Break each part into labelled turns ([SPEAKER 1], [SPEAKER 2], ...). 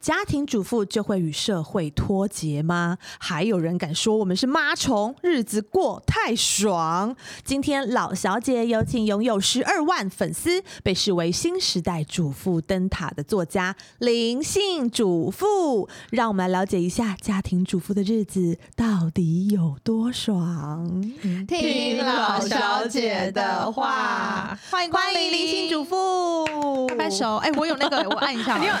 [SPEAKER 1] 家庭主妇就会与社会脱节吗？还有人敢说我们是妈虫，日子过太爽？今天老小姐有请拥有十二万粉丝、被视为新时代主妇灯塔的作家灵性主妇，让我们来了解一下家庭主妇的日子到底有多爽。
[SPEAKER 2] 听老小姐的话，
[SPEAKER 1] 欢迎光临灵性主妇，
[SPEAKER 2] 拍手！哎、我有 那个，我按一
[SPEAKER 3] 哦
[SPEAKER 2] 下。
[SPEAKER 3] 啊
[SPEAKER 2] 你有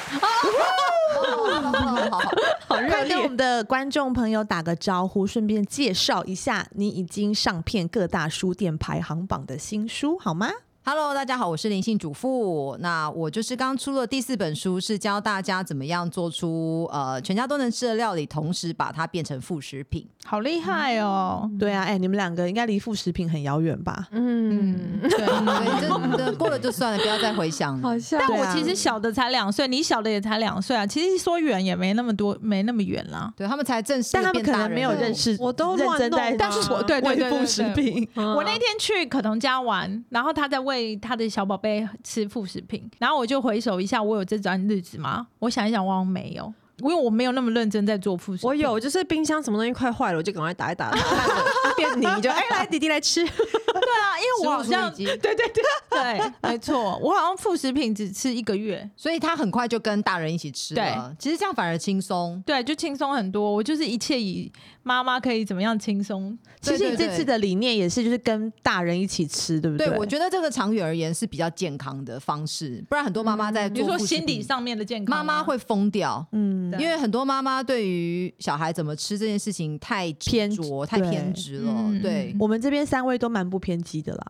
[SPEAKER 1] 好快跟我们的观众朋友打个招呼，顺便介绍一下你已经上片各大书店排行榜的新书，好吗？
[SPEAKER 2] Hello，大家好，我是灵性主妇。那我就是刚出了第四本书，是教大家怎么样做出呃全家都能吃的料理，同时把它变成副食品。
[SPEAKER 3] 好厉害哦！
[SPEAKER 1] 对啊，哎、你们两个应该离副食品很遥远吧？
[SPEAKER 4] 嗯，
[SPEAKER 2] 对，
[SPEAKER 3] 啊
[SPEAKER 2] 所以这这过了就算了，不要再回想了。
[SPEAKER 4] 像
[SPEAKER 3] 但
[SPEAKER 1] 对
[SPEAKER 3] 我
[SPEAKER 1] 啊
[SPEAKER 3] 其实小的才两岁，你小的也才两岁啊。其实说远也没那么多，没那么远啦。
[SPEAKER 2] 对他们才正式
[SPEAKER 1] 但
[SPEAKER 2] 地
[SPEAKER 1] 他们
[SPEAKER 2] 变
[SPEAKER 1] 可
[SPEAKER 2] 大
[SPEAKER 1] 能
[SPEAKER 2] 人
[SPEAKER 1] 没有
[SPEAKER 2] 了
[SPEAKER 1] 认识，
[SPEAKER 4] 我都
[SPEAKER 1] 认
[SPEAKER 4] 乱
[SPEAKER 1] 真
[SPEAKER 4] 弄
[SPEAKER 1] 在，
[SPEAKER 3] 但是我对对对
[SPEAKER 1] 啊
[SPEAKER 3] 对
[SPEAKER 1] 副食 品，
[SPEAKER 4] 嗯
[SPEAKER 3] 我那天去可彤家玩，然后他在喂他的小宝贝吃副食品，然后我就回首一下，我有这段日子吗？我想一想，我好像没有，因为我没有那么认真在做副食品。
[SPEAKER 4] 我有，就是冰箱什么东西快坏了，我就赶快打 一打，看着变泥就哎、来弟弟来吃，
[SPEAKER 3] 对啊，因为我好像
[SPEAKER 2] 食物处理
[SPEAKER 3] 对对对 对，没错，我好像副食品只吃一个月，
[SPEAKER 2] 所以他很快就跟大人一起吃了。其实这样反而轻松。
[SPEAKER 3] 对，就轻松很多。我就是一切以妈妈可以怎么样轻松，
[SPEAKER 1] 其实
[SPEAKER 2] 对
[SPEAKER 1] 你
[SPEAKER 2] 对
[SPEAKER 1] 这
[SPEAKER 2] 对
[SPEAKER 1] 次的理念也是，就是跟大人一起吃，对不
[SPEAKER 2] 对，
[SPEAKER 1] 对
[SPEAKER 2] 我觉得这个长远而言是比较健康的方式，不然很多妈妈在
[SPEAKER 3] 比
[SPEAKER 2] 做
[SPEAKER 3] 如嗯说
[SPEAKER 2] 副食
[SPEAKER 3] 心理
[SPEAKER 2] 品
[SPEAKER 3] 上面的健康
[SPEAKER 2] 妈
[SPEAKER 3] 啊，
[SPEAKER 2] 妈会疯掉。
[SPEAKER 1] 嗯
[SPEAKER 3] 对
[SPEAKER 2] 因为很多妈妈对于小孩怎么吃这件事情太执
[SPEAKER 1] 偏
[SPEAKER 2] 着、太
[SPEAKER 1] 对
[SPEAKER 2] 偏执了
[SPEAKER 3] 嗯，
[SPEAKER 2] 对，
[SPEAKER 1] 我们这边三位都蛮不偏激的啦。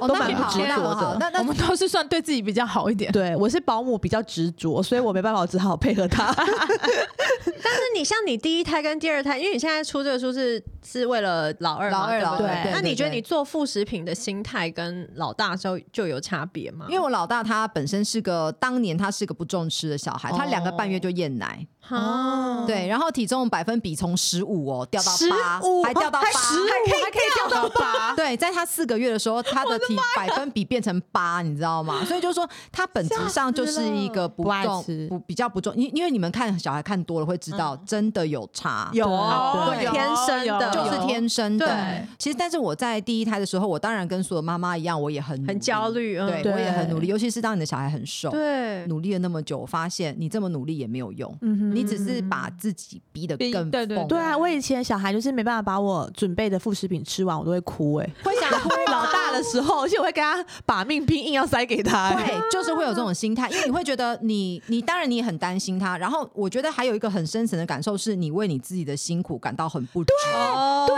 [SPEAKER 2] 哦
[SPEAKER 1] 都
[SPEAKER 2] 那
[SPEAKER 1] 蛮
[SPEAKER 2] 很好
[SPEAKER 1] 执
[SPEAKER 2] 那
[SPEAKER 1] 着
[SPEAKER 2] 很好
[SPEAKER 1] 的
[SPEAKER 2] 那
[SPEAKER 3] 我
[SPEAKER 2] 那
[SPEAKER 3] 们都是算对自己比较好一点。
[SPEAKER 1] 对我是保姆，比较执着，所以我没办法，我只好配合 他。
[SPEAKER 4] 但是你像你第一胎跟第二胎，因为你现在出这个书是是为了老二嘛，
[SPEAKER 2] 老二
[SPEAKER 4] 对不对
[SPEAKER 2] 老
[SPEAKER 1] 二对
[SPEAKER 4] 那
[SPEAKER 2] 对
[SPEAKER 4] 你觉得
[SPEAKER 2] 对
[SPEAKER 4] 你做副食品的心态跟老大的时候就有差别吗？
[SPEAKER 2] 因为我老大他本身是个当年他是个不重吃的小孩，他两个半月就厌奶，
[SPEAKER 4] 哦，
[SPEAKER 2] 对，然后体重百分比从十五哦掉到八，
[SPEAKER 1] 15
[SPEAKER 2] 还掉到八，
[SPEAKER 1] 以还可以掉到八，
[SPEAKER 2] 对，在他四个月的时候，他的体百分比变成八，你知道吗？所以就说他本质上就是一个不
[SPEAKER 1] 不爱
[SPEAKER 2] 重
[SPEAKER 1] 吃
[SPEAKER 2] 不比较不重，因因为你们看小孩看多了会知道，真的有差，
[SPEAKER 1] 有
[SPEAKER 3] 哦
[SPEAKER 1] 对啊
[SPEAKER 3] 有
[SPEAKER 4] 天生的
[SPEAKER 3] 有
[SPEAKER 2] 就是天生的
[SPEAKER 3] 对。
[SPEAKER 2] 其实，但是我在第一胎的时候，我当然跟所有妈妈一样，我也很努
[SPEAKER 4] 很
[SPEAKER 2] 力
[SPEAKER 4] 焦，虑，嗯
[SPEAKER 2] 对，
[SPEAKER 1] 对
[SPEAKER 2] 我也很努力，尤其是当你的小孩很瘦，
[SPEAKER 4] 对，
[SPEAKER 2] 努力了那么久，我发现你这么努力也没有用，
[SPEAKER 1] 嗯哼
[SPEAKER 2] 你只是把自己逼得
[SPEAKER 3] 逼
[SPEAKER 2] 更
[SPEAKER 3] 对对
[SPEAKER 2] 疯
[SPEAKER 1] 对啊，我以前小孩就是没办法把我准备的副食品吃完，我都会哭哎、
[SPEAKER 2] 会想哭啊
[SPEAKER 1] 老大的时候，而且我会跟他把命拼，硬要塞给他、欸。
[SPEAKER 2] 对，就是会有这种心态，因为你会觉得你，你当然你也很担心他，然后我觉得还有一个很深层的感受是，你为你自己的辛苦感到很不值。
[SPEAKER 4] 哦，
[SPEAKER 1] 对，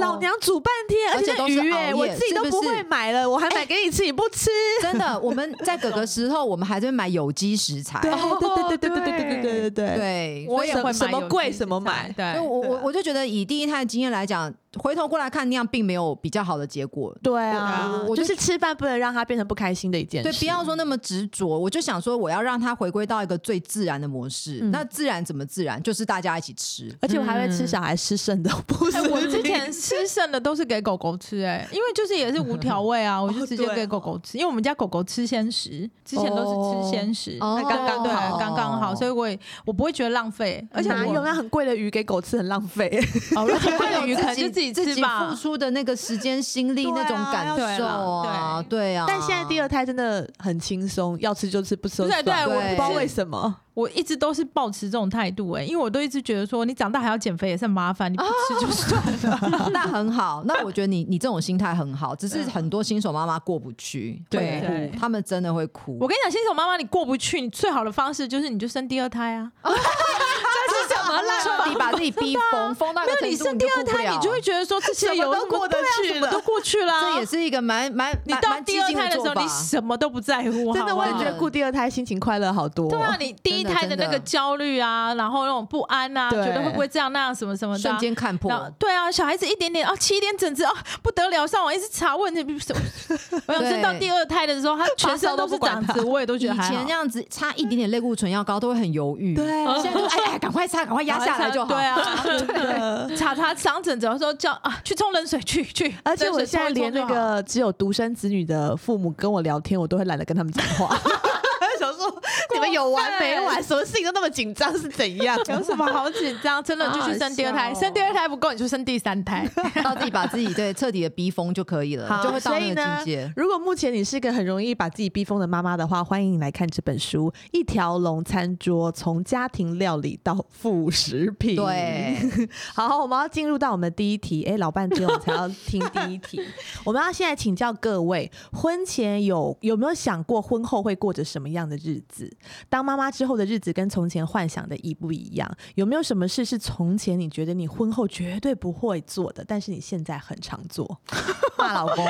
[SPEAKER 1] 老娘煮半天，
[SPEAKER 2] 而且
[SPEAKER 1] 且
[SPEAKER 2] 都
[SPEAKER 1] 那
[SPEAKER 2] 是
[SPEAKER 1] 鱼
[SPEAKER 2] 熬
[SPEAKER 1] 哎、
[SPEAKER 2] 夜
[SPEAKER 1] 我自己都
[SPEAKER 2] 是
[SPEAKER 1] 不
[SPEAKER 2] 不是
[SPEAKER 1] 会买了，我还买给你吃，你不吃。
[SPEAKER 2] 真的，我们在哥哥时候，我们还在买有机食材，
[SPEAKER 1] 对对对对对对对对对对对啊
[SPEAKER 2] 对，
[SPEAKER 3] 我也
[SPEAKER 1] 什
[SPEAKER 3] 会买
[SPEAKER 1] 什么
[SPEAKER 3] 有
[SPEAKER 1] 贵
[SPEAKER 3] 机
[SPEAKER 1] 什么
[SPEAKER 3] 食材
[SPEAKER 1] 买
[SPEAKER 2] 所以
[SPEAKER 3] 哎对，啊
[SPEAKER 2] 我我我就觉得以第一胎的经验来讲，回头过来看那样并没有比较好的结果。
[SPEAKER 1] 对啊！
[SPEAKER 2] 我我
[SPEAKER 1] 就
[SPEAKER 2] 就是
[SPEAKER 1] 吃饭不能让他变成不开心的一件事。
[SPEAKER 2] 对，不要说那么执着，我就想说，我要让他回归到一个最自然的模式。
[SPEAKER 1] 嗯
[SPEAKER 2] 那自然怎么自然？就是大家一起吃。
[SPEAKER 1] 而且我还会吃小孩吃剩的，不 是
[SPEAKER 3] 哎、我之前吃剩的都是给狗狗吃、哎，因为就是也是无调味啊，我
[SPEAKER 2] 哦
[SPEAKER 3] 就直接给狗狗吃，因为我们家狗狗吃鲜食，之前都是吃鲜食，
[SPEAKER 2] 哦
[SPEAKER 3] 那刚刚对，
[SPEAKER 2] 哦
[SPEAKER 3] 刚刚好，所以我也我不会觉得浪费，而且
[SPEAKER 1] 哪
[SPEAKER 3] 我
[SPEAKER 1] 有那很贵的鱼给狗吃，很浪费。
[SPEAKER 3] 哦， 而且关鱼可能就自
[SPEAKER 2] 自
[SPEAKER 3] 己
[SPEAKER 2] 自
[SPEAKER 3] 吃
[SPEAKER 2] 己付
[SPEAKER 3] 吧。
[SPEAKER 2] 出的那个时间、心力
[SPEAKER 1] 对啊
[SPEAKER 2] 那种感受啊，对啊。
[SPEAKER 1] 但现在第
[SPEAKER 2] 二，
[SPEAKER 1] 二胎真的很轻松，要吃就吃，不吃就
[SPEAKER 3] 对
[SPEAKER 1] 算。
[SPEAKER 3] 对
[SPEAKER 1] 我
[SPEAKER 3] 我
[SPEAKER 1] 不知道为什么。
[SPEAKER 3] 我一直都是保持这种态度、哎，因为我都一直觉得说，你长大还要减肥也是很麻烦，你
[SPEAKER 2] 啊
[SPEAKER 3] 不吃就算了。
[SPEAKER 2] 那很好，那我觉得你你这种心态很好，只是很多新手妈妈过不去，
[SPEAKER 3] 啊对
[SPEAKER 2] 会哭，他们真的会哭
[SPEAKER 3] 我。跟你讲，新手妈妈你过不去，你最好的方式就是你就生第二胎啊。
[SPEAKER 2] 这是什么烂彻底啊把自己逼 疯，疯到一个
[SPEAKER 3] 没有，
[SPEAKER 2] 程
[SPEAKER 3] 你生
[SPEAKER 2] 度
[SPEAKER 3] 第二
[SPEAKER 2] 就顾不
[SPEAKER 3] 胎，
[SPEAKER 2] 了
[SPEAKER 3] 你就会觉得说这些
[SPEAKER 1] 什么
[SPEAKER 3] 有
[SPEAKER 1] 都
[SPEAKER 3] 什么
[SPEAKER 1] 过得
[SPEAKER 3] 对啊
[SPEAKER 1] 去
[SPEAKER 3] 什么
[SPEAKER 1] 了
[SPEAKER 3] 都过去啦。
[SPEAKER 2] 这也是一到蛮蛮
[SPEAKER 3] 你到第二胎的时候，你什么都不在乎，
[SPEAKER 1] 真的，
[SPEAKER 3] 好不
[SPEAKER 1] 我
[SPEAKER 3] 好
[SPEAKER 1] 也觉得顾第二胎心情快乐好多、哦
[SPEAKER 3] 对啊，你第一胎的那
[SPEAKER 2] 真
[SPEAKER 3] 个
[SPEAKER 2] 的
[SPEAKER 3] 焦虑啊，然后那种不安啊，
[SPEAKER 1] 对
[SPEAKER 3] 觉得会不会这样那样什么什么的
[SPEAKER 2] 瞬
[SPEAKER 3] 啊。
[SPEAKER 2] 间看破
[SPEAKER 3] 然，后对啊，小孩子一点点啊，七点整治啊，不得了，上网一直查问题。 我想生到第二胎的时候，他全身都是这样
[SPEAKER 1] 发烧都不管
[SPEAKER 3] 子，
[SPEAKER 1] 他
[SPEAKER 3] 我也都
[SPEAKER 2] 以
[SPEAKER 3] 觉得还
[SPEAKER 2] 前
[SPEAKER 3] 好
[SPEAKER 2] 那。样子差一点点类固醇药膏都会很犹豫，
[SPEAKER 1] 对，
[SPEAKER 2] 现在就哎哎，赶快擦，赶快压下来就好。
[SPEAKER 3] 对啊，
[SPEAKER 1] 的
[SPEAKER 3] 对查查长疹子，然后说叫啊去冲冷水，去去。
[SPEAKER 1] 而且
[SPEAKER 3] 冷
[SPEAKER 1] 我
[SPEAKER 3] 水
[SPEAKER 1] 现在
[SPEAKER 3] 冲一
[SPEAKER 1] 连
[SPEAKER 3] 冲就
[SPEAKER 1] 那
[SPEAKER 3] 好
[SPEAKER 1] 个 只有独生子女的父母跟我聊天，我都会懒得跟他们讲话。想说你们有完没完？什么事情都那么紧张是怎样？
[SPEAKER 3] 有什么好紧张？真的
[SPEAKER 1] 啊
[SPEAKER 4] 好
[SPEAKER 3] 就去生第二胎，
[SPEAKER 4] 好笑哦
[SPEAKER 3] 生第二胎不够你就生第三 胎。
[SPEAKER 2] 到自己把自己对彻底的逼疯就可以了，
[SPEAKER 1] 好
[SPEAKER 2] 就会到
[SPEAKER 1] 所以
[SPEAKER 2] 那
[SPEAKER 1] 呢
[SPEAKER 2] 个境界。
[SPEAKER 1] 如果目前你是个很容易把自己逼疯的妈妈的话，欢迎你来看这本书《一条龙餐桌：从家庭料理到副食品》。
[SPEAKER 2] 对，
[SPEAKER 1] 好，我们要进入到我们第一题。哎、老半天我才要听第一题。 我们要现在请教各位，婚前有有没有想过婚后会过着什么样的日子？当妈妈之后的日子跟从前幻想的一不一样？有没有什么事是从前你觉得你婚后绝对不会做的，但是你现在很常做？ 骂老公？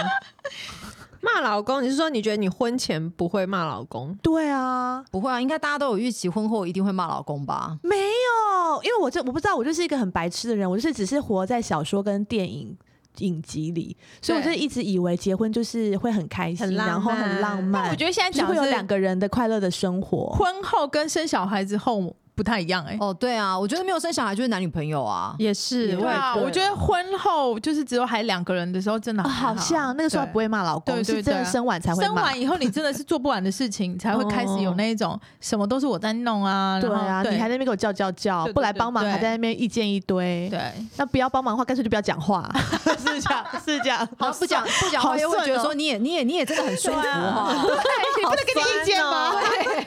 [SPEAKER 4] 骂老公，你是说你觉得你婚前不会骂老公？
[SPEAKER 1] 对啊。
[SPEAKER 2] 不会啊，应该大家都有预期，婚后一定会骂老公吧？
[SPEAKER 1] 没有，因为我这我不知道，我就是一个很白痴的人，我就是只是活在小说跟电影影集里，所以我就
[SPEAKER 3] 对
[SPEAKER 1] 一直以为结婚就是会很开心，
[SPEAKER 4] 很浪漫
[SPEAKER 1] 然后很浪漫。
[SPEAKER 3] 但我觉得现在
[SPEAKER 1] 就是
[SPEAKER 3] 讲
[SPEAKER 1] 会有
[SPEAKER 3] 的
[SPEAKER 1] 两
[SPEAKER 3] 是
[SPEAKER 1] 个人的快乐的生活。
[SPEAKER 3] 婚后跟生小孩之后不太一样哎、
[SPEAKER 2] 哦，对啊，我觉得没有生小孩就是男女朋友啊。
[SPEAKER 4] 也是，
[SPEAKER 3] 对啊，我觉得婚后就是只有还两个人的时候，真的
[SPEAKER 1] 啊，好
[SPEAKER 3] 还好
[SPEAKER 1] 像那个时候还不会骂老公，
[SPEAKER 3] 对对
[SPEAKER 1] 是真的
[SPEAKER 3] 对啊
[SPEAKER 1] 生完才会
[SPEAKER 3] 生
[SPEAKER 1] 骂。
[SPEAKER 3] 完以后，你真的是做不完的事情，才会开始有那一种什么都是我在弄 啊，
[SPEAKER 1] 对
[SPEAKER 3] 然后
[SPEAKER 1] 啊，你还在那边给我叫叫叫，
[SPEAKER 3] 对对
[SPEAKER 1] 不来帮忙，
[SPEAKER 3] 对对
[SPEAKER 1] 还在那边意见一堆。
[SPEAKER 3] 对，
[SPEAKER 1] 那不要帮忙的话，干脆就不要讲话， 是这样，是这样。
[SPEAKER 2] 然后不讲不讲话，
[SPEAKER 1] 好
[SPEAKER 2] 又会
[SPEAKER 1] 顺
[SPEAKER 2] 觉得
[SPEAKER 1] 哦
[SPEAKER 2] 说你也你也你也真的很舒服
[SPEAKER 3] 对啊
[SPEAKER 2] 哈。
[SPEAKER 1] 你不能给你意见吗？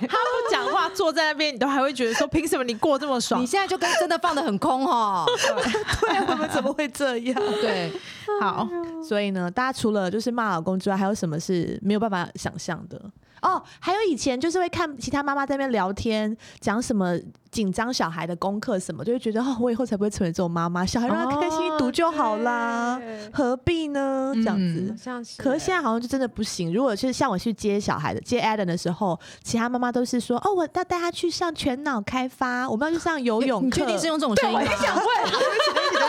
[SPEAKER 3] 他不讲话，坐在那边，你都还会觉得说，凭什么你过这么爽
[SPEAKER 2] 你？现在就跟真的放的很空哈。
[SPEAKER 1] 对，我们怎么会这样？
[SPEAKER 2] 对，
[SPEAKER 1] 啊
[SPEAKER 3] 好，
[SPEAKER 1] 所以呢，大家除了就是骂老公之外，还有什么是没有办法想象的？哦，还有以前就是会看其他妈妈在那边聊天，讲什么紧张小孩的功课什么，就会觉得哦，我以后才不会成为这种妈妈，小孩让他开开心心读就好啦，何必呢？这样子。
[SPEAKER 4] 好像是欸。
[SPEAKER 1] 可是现在好像就真的不行。如果是像我去接小孩的，接 Adam 的时候，其他妈妈都是说：“哦，我要带他去上全脑开发，我们要去上游泳
[SPEAKER 2] 你
[SPEAKER 1] 课。”
[SPEAKER 2] 确定是用这种声音吗？
[SPEAKER 1] 对不起，对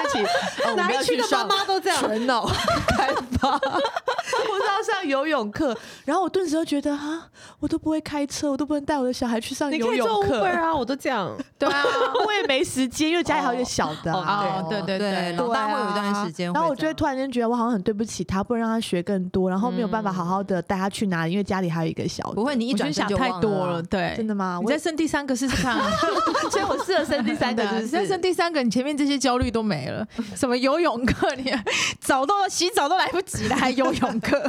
[SPEAKER 1] 不起，哦、我们要去上
[SPEAKER 4] 都这样？
[SPEAKER 1] 全脑开发， 我是要上游泳课，然后我顿时就觉得啊，我都不会开车，我都不能带我的小孩去上
[SPEAKER 4] 你
[SPEAKER 1] 游
[SPEAKER 4] 可以
[SPEAKER 1] 泳
[SPEAKER 4] 做 Uber
[SPEAKER 1] 课，
[SPEAKER 4] 啊，我都这样。
[SPEAKER 3] 对啊，
[SPEAKER 1] 我也没时间，因为家里还有一个小的啊、
[SPEAKER 3] 哦对对对
[SPEAKER 2] 对，
[SPEAKER 3] 对
[SPEAKER 2] 老大
[SPEAKER 1] 啊
[SPEAKER 2] 会有一段时间会这样。
[SPEAKER 1] 然后我就会突然间觉得我好像很对不起他，不能让他学更多，然后没有办法好好的带他去哪里，因为家里还有一个小的
[SPEAKER 2] 不。会，你一
[SPEAKER 3] 我觉
[SPEAKER 2] 转
[SPEAKER 3] 得
[SPEAKER 2] 身
[SPEAKER 3] 想
[SPEAKER 2] 就
[SPEAKER 3] 太
[SPEAKER 2] 忘
[SPEAKER 3] 多了，
[SPEAKER 2] 啊。
[SPEAKER 3] 对，
[SPEAKER 1] 真的吗？
[SPEAKER 3] 哎你
[SPEAKER 1] 我
[SPEAKER 3] 再生第三个试试看啊！
[SPEAKER 1] 所以我适合生第三个，
[SPEAKER 3] 对啊
[SPEAKER 1] 就
[SPEAKER 3] 你
[SPEAKER 1] 是
[SPEAKER 3] 再生第三个，你前面这些焦虑都没了。什么游泳课，你 早都洗澡都来不及了，还游泳课？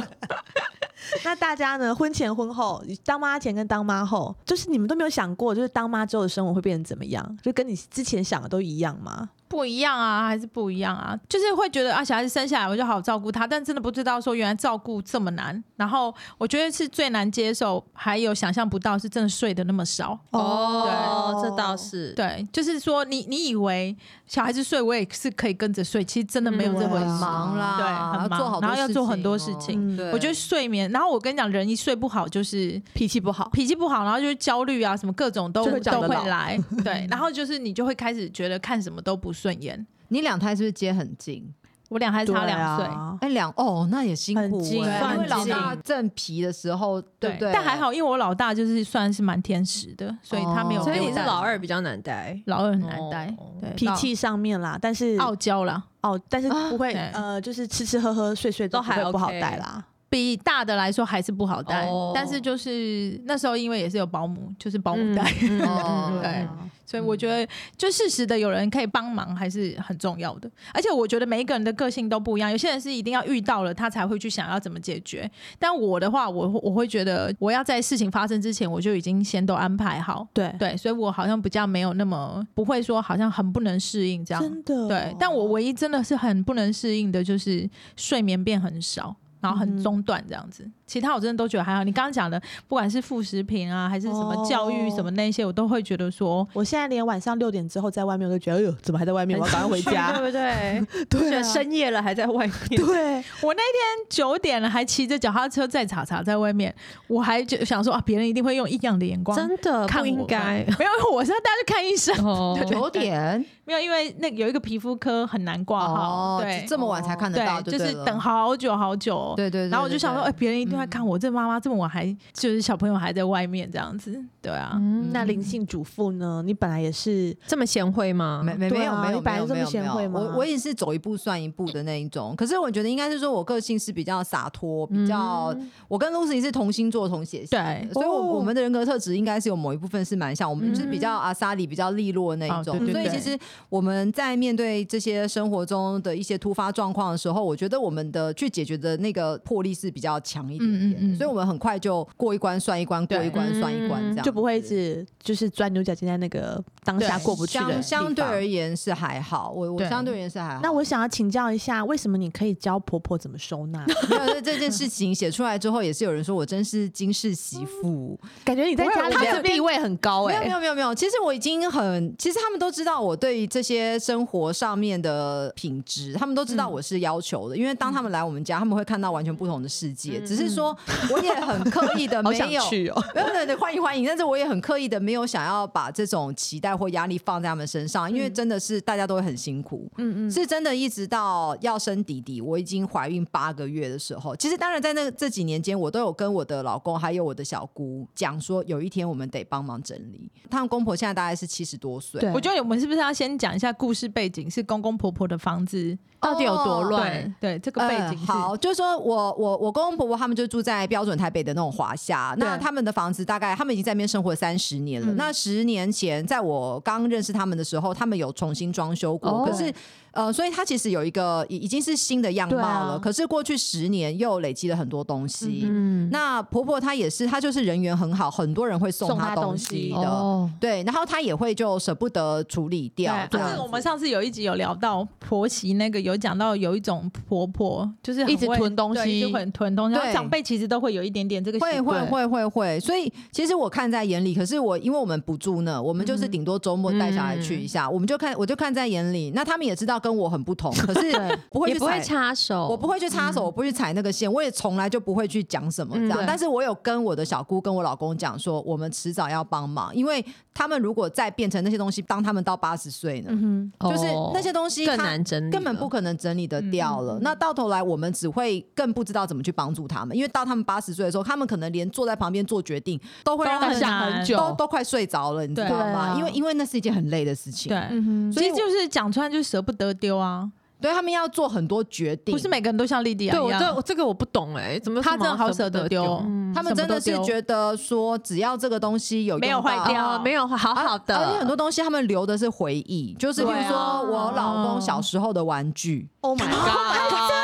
[SPEAKER 1] 那大家呢？婚前婚后，当妈前跟当妈后，就是你们都没有想过，就是当妈之后的生活会变成怎么样？就跟你之前想的都一样吗？
[SPEAKER 3] 不一样啊，还是不一样啊，就是会觉得啊，小孩子生下来我就好好照顾他，但真的不知道说原来照顾这么难。然后我觉得是最难接受，还有想象不到是真的睡得那么少。
[SPEAKER 4] 哦，这倒。是。
[SPEAKER 3] 对，就是说你你以为小孩子睡我也是可以跟着睡，其实真的没有这
[SPEAKER 1] 嗯
[SPEAKER 3] 回
[SPEAKER 1] 对
[SPEAKER 3] 事。
[SPEAKER 1] 啊
[SPEAKER 2] 忙
[SPEAKER 3] 对
[SPEAKER 2] 啦，
[SPEAKER 3] 很
[SPEAKER 2] 要做
[SPEAKER 3] 忙
[SPEAKER 2] 好多
[SPEAKER 3] 然后要做很多
[SPEAKER 2] 事
[SPEAKER 3] 事
[SPEAKER 2] 情
[SPEAKER 3] 情
[SPEAKER 2] 哦。
[SPEAKER 1] 嗯
[SPEAKER 2] 对
[SPEAKER 3] 我觉得睡眠，然后我跟你讲，人一睡不好就是
[SPEAKER 1] 脾气不好，
[SPEAKER 3] 脾气不好，然后就是焦虑啊，什么各种都
[SPEAKER 1] 就会长
[SPEAKER 3] 都
[SPEAKER 1] 得
[SPEAKER 3] 会
[SPEAKER 1] 老
[SPEAKER 3] 来。对，然后就是你就会开始觉得看什么都不顺眼。
[SPEAKER 2] 你两胎是不是接很近？
[SPEAKER 3] 我俩还差两岁，
[SPEAKER 1] 对啊
[SPEAKER 2] 哎，两哦，那也辛
[SPEAKER 1] 很
[SPEAKER 2] 苦
[SPEAKER 1] 近
[SPEAKER 2] 哎，因为
[SPEAKER 1] 很
[SPEAKER 2] 老
[SPEAKER 1] 近
[SPEAKER 2] 大正皮的时候，对不对？
[SPEAKER 3] 但还好，因为我老大就是算是蛮天使的，所以他没有
[SPEAKER 2] 哦
[SPEAKER 3] 给
[SPEAKER 4] 所
[SPEAKER 3] 我带。
[SPEAKER 4] 以你是老二比较难带。
[SPEAKER 3] 老二很难带，
[SPEAKER 4] 哦
[SPEAKER 3] 对，
[SPEAKER 1] 脾气上面啦，但是
[SPEAKER 3] 老
[SPEAKER 1] 哦
[SPEAKER 3] 傲娇啦，
[SPEAKER 1] 但是
[SPEAKER 2] 啊
[SPEAKER 1] 不会、
[SPEAKER 3] 对
[SPEAKER 1] 呃，就是吃吃喝喝睡睡
[SPEAKER 4] 都还
[SPEAKER 1] 不会不好
[SPEAKER 4] OK
[SPEAKER 1] 带啦。
[SPEAKER 3] 比大的来说还是不好带。
[SPEAKER 4] 哦
[SPEAKER 3] 但是就是那时候因为也是有保姆，就是保姆带，
[SPEAKER 4] 嗯
[SPEAKER 2] 哦
[SPEAKER 3] 对
[SPEAKER 1] 啊
[SPEAKER 3] 所以我觉得就适时的有人可以帮忙还是很重要的。而且我觉得每一个人的个性都不一样，有些人是一定要遇到了他才会去想要怎么解决。但我的话，我我会觉得我要在事情发生之前，我就已经先都安排好。
[SPEAKER 1] 对
[SPEAKER 3] 对，所以我好像比较没有那么不会说好像很不能适应这样。
[SPEAKER 1] 真的哦
[SPEAKER 3] 对，但我唯一真的是很不能适应的就是睡眠变很少。然后很中断这样子，其他我真的都觉得还好。你刚刚讲的，不管是副食品啊，还是什么教育
[SPEAKER 1] 哦
[SPEAKER 3] 什么那些，我都会觉得说，
[SPEAKER 1] 我现在连晚上六点之后在外面，我都觉得，哎呦，怎么还在外面？我要赶快回
[SPEAKER 4] 对
[SPEAKER 1] 家。
[SPEAKER 4] 不对？
[SPEAKER 1] 对
[SPEAKER 4] 觉
[SPEAKER 1] 啊
[SPEAKER 4] 得深夜了还在外
[SPEAKER 1] 对，
[SPEAKER 4] 面，
[SPEAKER 3] 我那天九点了还骑着脚踏车在查查在外面，我还就想说啊，别人一定会用异样的眼光
[SPEAKER 4] 真的
[SPEAKER 3] 看我
[SPEAKER 4] 不应该。
[SPEAKER 3] 没有，我是要带他去看医生，
[SPEAKER 4] 哦
[SPEAKER 3] 对
[SPEAKER 2] 九点
[SPEAKER 3] 没有，因为那个有一个皮肤科很难挂号，
[SPEAKER 2] 哦
[SPEAKER 3] 对，，
[SPEAKER 2] 这么晚才看得到，
[SPEAKER 3] 对，就是
[SPEAKER 2] 对了
[SPEAKER 3] 等好久好久哦、求。
[SPEAKER 2] 对对对
[SPEAKER 3] 然后我就想说，哎、
[SPEAKER 2] 对嗯
[SPEAKER 3] 别人一定会看我，这妈妈这么晚还就是小朋友还在外面这样子，对啊，
[SPEAKER 4] 嗯，
[SPEAKER 1] 那灵性主妇呢？你本来也是
[SPEAKER 4] 这么贤惠吗？
[SPEAKER 2] 没没
[SPEAKER 1] 对
[SPEAKER 2] 没有
[SPEAKER 1] 啊
[SPEAKER 2] 没
[SPEAKER 1] 你
[SPEAKER 2] 有
[SPEAKER 1] 本
[SPEAKER 2] 没
[SPEAKER 1] 来
[SPEAKER 2] 有
[SPEAKER 1] 就这么
[SPEAKER 2] 没有没
[SPEAKER 1] 贤惠
[SPEAKER 2] 有，
[SPEAKER 1] 吗
[SPEAKER 2] 我我也是走一步算一步的那一种。可是我觉得应该是说我个性是比较洒脱，比较、我跟 Lucy 是同星座同血型的，
[SPEAKER 3] 对
[SPEAKER 2] 所以我、
[SPEAKER 1] 哦
[SPEAKER 2] 我们的人格特质应该是有某一部分是蛮像，我们就是比较阿莎里比较利落的那一种。
[SPEAKER 3] 哦对对
[SPEAKER 2] 所以
[SPEAKER 3] 对
[SPEAKER 2] 其实我们在面对这些生活中的一些突发状况的时候，我觉得我们的去解决的那个魄力是比较强一点点的，
[SPEAKER 3] 嗯嗯嗯
[SPEAKER 2] 所以我们很快就过一关算一关，过一
[SPEAKER 3] 对
[SPEAKER 2] 关算一关，这
[SPEAKER 4] 嗯
[SPEAKER 2] 样
[SPEAKER 1] 就不会一
[SPEAKER 2] 子
[SPEAKER 1] 直就是钻牛角尖在那个当下
[SPEAKER 3] 对
[SPEAKER 1] 过不去的地
[SPEAKER 2] 相
[SPEAKER 1] 方
[SPEAKER 2] 相对而言是还好，我我
[SPEAKER 3] 对
[SPEAKER 2] 相对而言是还好。
[SPEAKER 1] 那我想要请教一下，为什么你可以教婆婆怎么收纳？
[SPEAKER 2] 没有这这件事情写出来之后，也是有人说我真是金氏媳 妇。
[SPEAKER 1] 感觉你在家里
[SPEAKER 3] 我有我
[SPEAKER 1] 面
[SPEAKER 3] 这边
[SPEAKER 1] 地位很高
[SPEAKER 2] 没
[SPEAKER 1] 哎、
[SPEAKER 2] 有没有没有没有，其实我已经很，其实他们都知道我对于这些生活上面的品质，他们都知道我是要求的，因为当他们来我们家，他们会看到完全不同的世界。只是说，我也很刻意的
[SPEAKER 1] 好
[SPEAKER 2] 没
[SPEAKER 1] 想
[SPEAKER 2] 有。
[SPEAKER 1] 去哦、
[SPEAKER 2] 没有对对，欢迎欢迎，但是我也很刻意的没有想要把这种期待或压力放在他们身上，因为真的是大家都会很辛苦，嗯嗯，是真的，一直到要生弟弟，我已经怀孕八个月的时候，其实当然在那这几年间，我都有跟我的老公还有我的小姑讲说，有一天我们得帮忙整理。他们公婆现在大概是七十多岁，
[SPEAKER 1] 对
[SPEAKER 3] 我觉得我们是不是要先讲一下故事背景？是公公婆婆的房子
[SPEAKER 2] 到底有多乱
[SPEAKER 3] 对对，这个背景
[SPEAKER 2] 嗯
[SPEAKER 3] 是、
[SPEAKER 2] 好，就是说我我我公公婆婆他们就住在标准台北的那种华夏，那
[SPEAKER 3] 对
[SPEAKER 2] 他们的房子大概他们已经在那边生活三十年了。那十年前，在我刚认识他们的时候，他们有重新装修过，
[SPEAKER 1] 哦
[SPEAKER 2] 可是呃，所以它其实有一个已已经是新的样貌
[SPEAKER 1] 对啊
[SPEAKER 2] 了。可是过去十年又累积了很多东西。
[SPEAKER 4] 嗯，
[SPEAKER 2] 那婆婆她也是，她就是人缘很好，很多人会送
[SPEAKER 1] 送
[SPEAKER 2] 她
[SPEAKER 1] 她
[SPEAKER 2] 东
[SPEAKER 1] 东
[SPEAKER 2] 西
[SPEAKER 1] 西
[SPEAKER 2] 的。
[SPEAKER 4] 哦，
[SPEAKER 2] 对，然后她也会就舍不得处理掉
[SPEAKER 3] 对，，就
[SPEAKER 2] 这样
[SPEAKER 3] 是
[SPEAKER 2] 子
[SPEAKER 3] 我们上次有一集有聊到婆媳那个，有讲到有一种婆婆就是很
[SPEAKER 1] 一直
[SPEAKER 3] 会
[SPEAKER 1] 囤东
[SPEAKER 3] 对
[SPEAKER 1] 西
[SPEAKER 3] 一直很囤东西，然后
[SPEAKER 2] 对
[SPEAKER 3] 长辈其实都会有一点点这个习
[SPEAKER 2] 会会
[SPEAKER 3] 惯，
[SPEAKER 2] 会会会，所以其实我看在眼里，可是我因为我们不住那，我们就是
[SPEAKER 4] 嗯
[SPEAKER 2] 顶多周末带小孩去一下，我们就看我就看在眼里。那他们也知道跟我很不同，可是不会
[SPEAKER 4] 也
[SPEAKER 2] 去
[SPEAKER 4] 不会
[SPEAKER 2] 踩
[SPEAKER 4] 插手，嗯
[SPEAKER 2] 我不会去插手，我不会去踩那个线，我也从来就不会去讲什么这样。
[SPEAKER 1] 嗯对
[SPEAKER 2] 但是我有跟我的小姑跟我老公讲说，我们迟早要帮忙，因为他们如果再变成那些东西，当他们到八十岁呢，
[SPEAKER 1] 嗯
[SPEAKER 4] 哦，
[SPEAKER 2] 就是那些东西
[SPEAKER 4] 更
[SPEAKER 2] 它
[SPEAKER 4] 难整理了，
[SPEAKER 2] 根本不可能整理得掉
[SPEAKER 3] 嗯
[SPEAKER 2] 了。那到头来，我们只会更不知道怎么去帮助他们，因为到他们八十岁的时候，他们可能连坐在旁边做决定都会让他们
[SPEAKER 3] 都很难
[SPEAKER 1] 很久
[SPEAKER 2] 都都快睡着了，你知道
[SPEAKER 1] 对
[SPEAKER 2] 吗？
[SPEAKER 1] 啊
[SPEAKER 2] 因为因为那是一件很累的事情，
[SPEAKER 3] 对，
[SPEAKER 1] 嗯
[SPEAKER 3] 所
[SPEAKER 2] 所以
[SPEAKER 3] 以就是讲穿就舍不得丢啊，
[SPEAKER 2] 对他们要做很多决定，
[SPEAKER 3] 不是每个人都像莉迪亚
[SPEAKER 4] 对
[SPEAKER 3] 一
[SPEAKER 4] 我
[SPEAKER 3] 样，
[SPEAKER 4] 这我这个我不懂哎，怎么
[SPEAKER 3] 她真的好舍
[SPEAKER 4] 得嗯
[SPEAKER 3] 得丢，
[SPEAKER 2] 他们真
[SPEAKER 3] 什
[SPEAKER 2] 的是
[SPEAKER 3] 么都丢
[SPEAKER 2] 觉得说，只要这个东西有用
[SPEAKER 3] 没有坏
[SPEAKER 2] 到
[SPEAKER 3] 掉
[SPEAKER 4] 哦，没有好好
[SPEAKER 2] 而且
[SPEAKER 4] 的
[SPEAKER 2] 啊很多东西他们留的是回忆，就是比
[SPEAKER 4] 对啊
[SPEAKER 2] 如说我老公小时候的玩具，
[SPEAKER 1] ，Oh my
[SPEAKER 4] 啊
[SPEAKER 1] god！
[SPEAKER 2] 对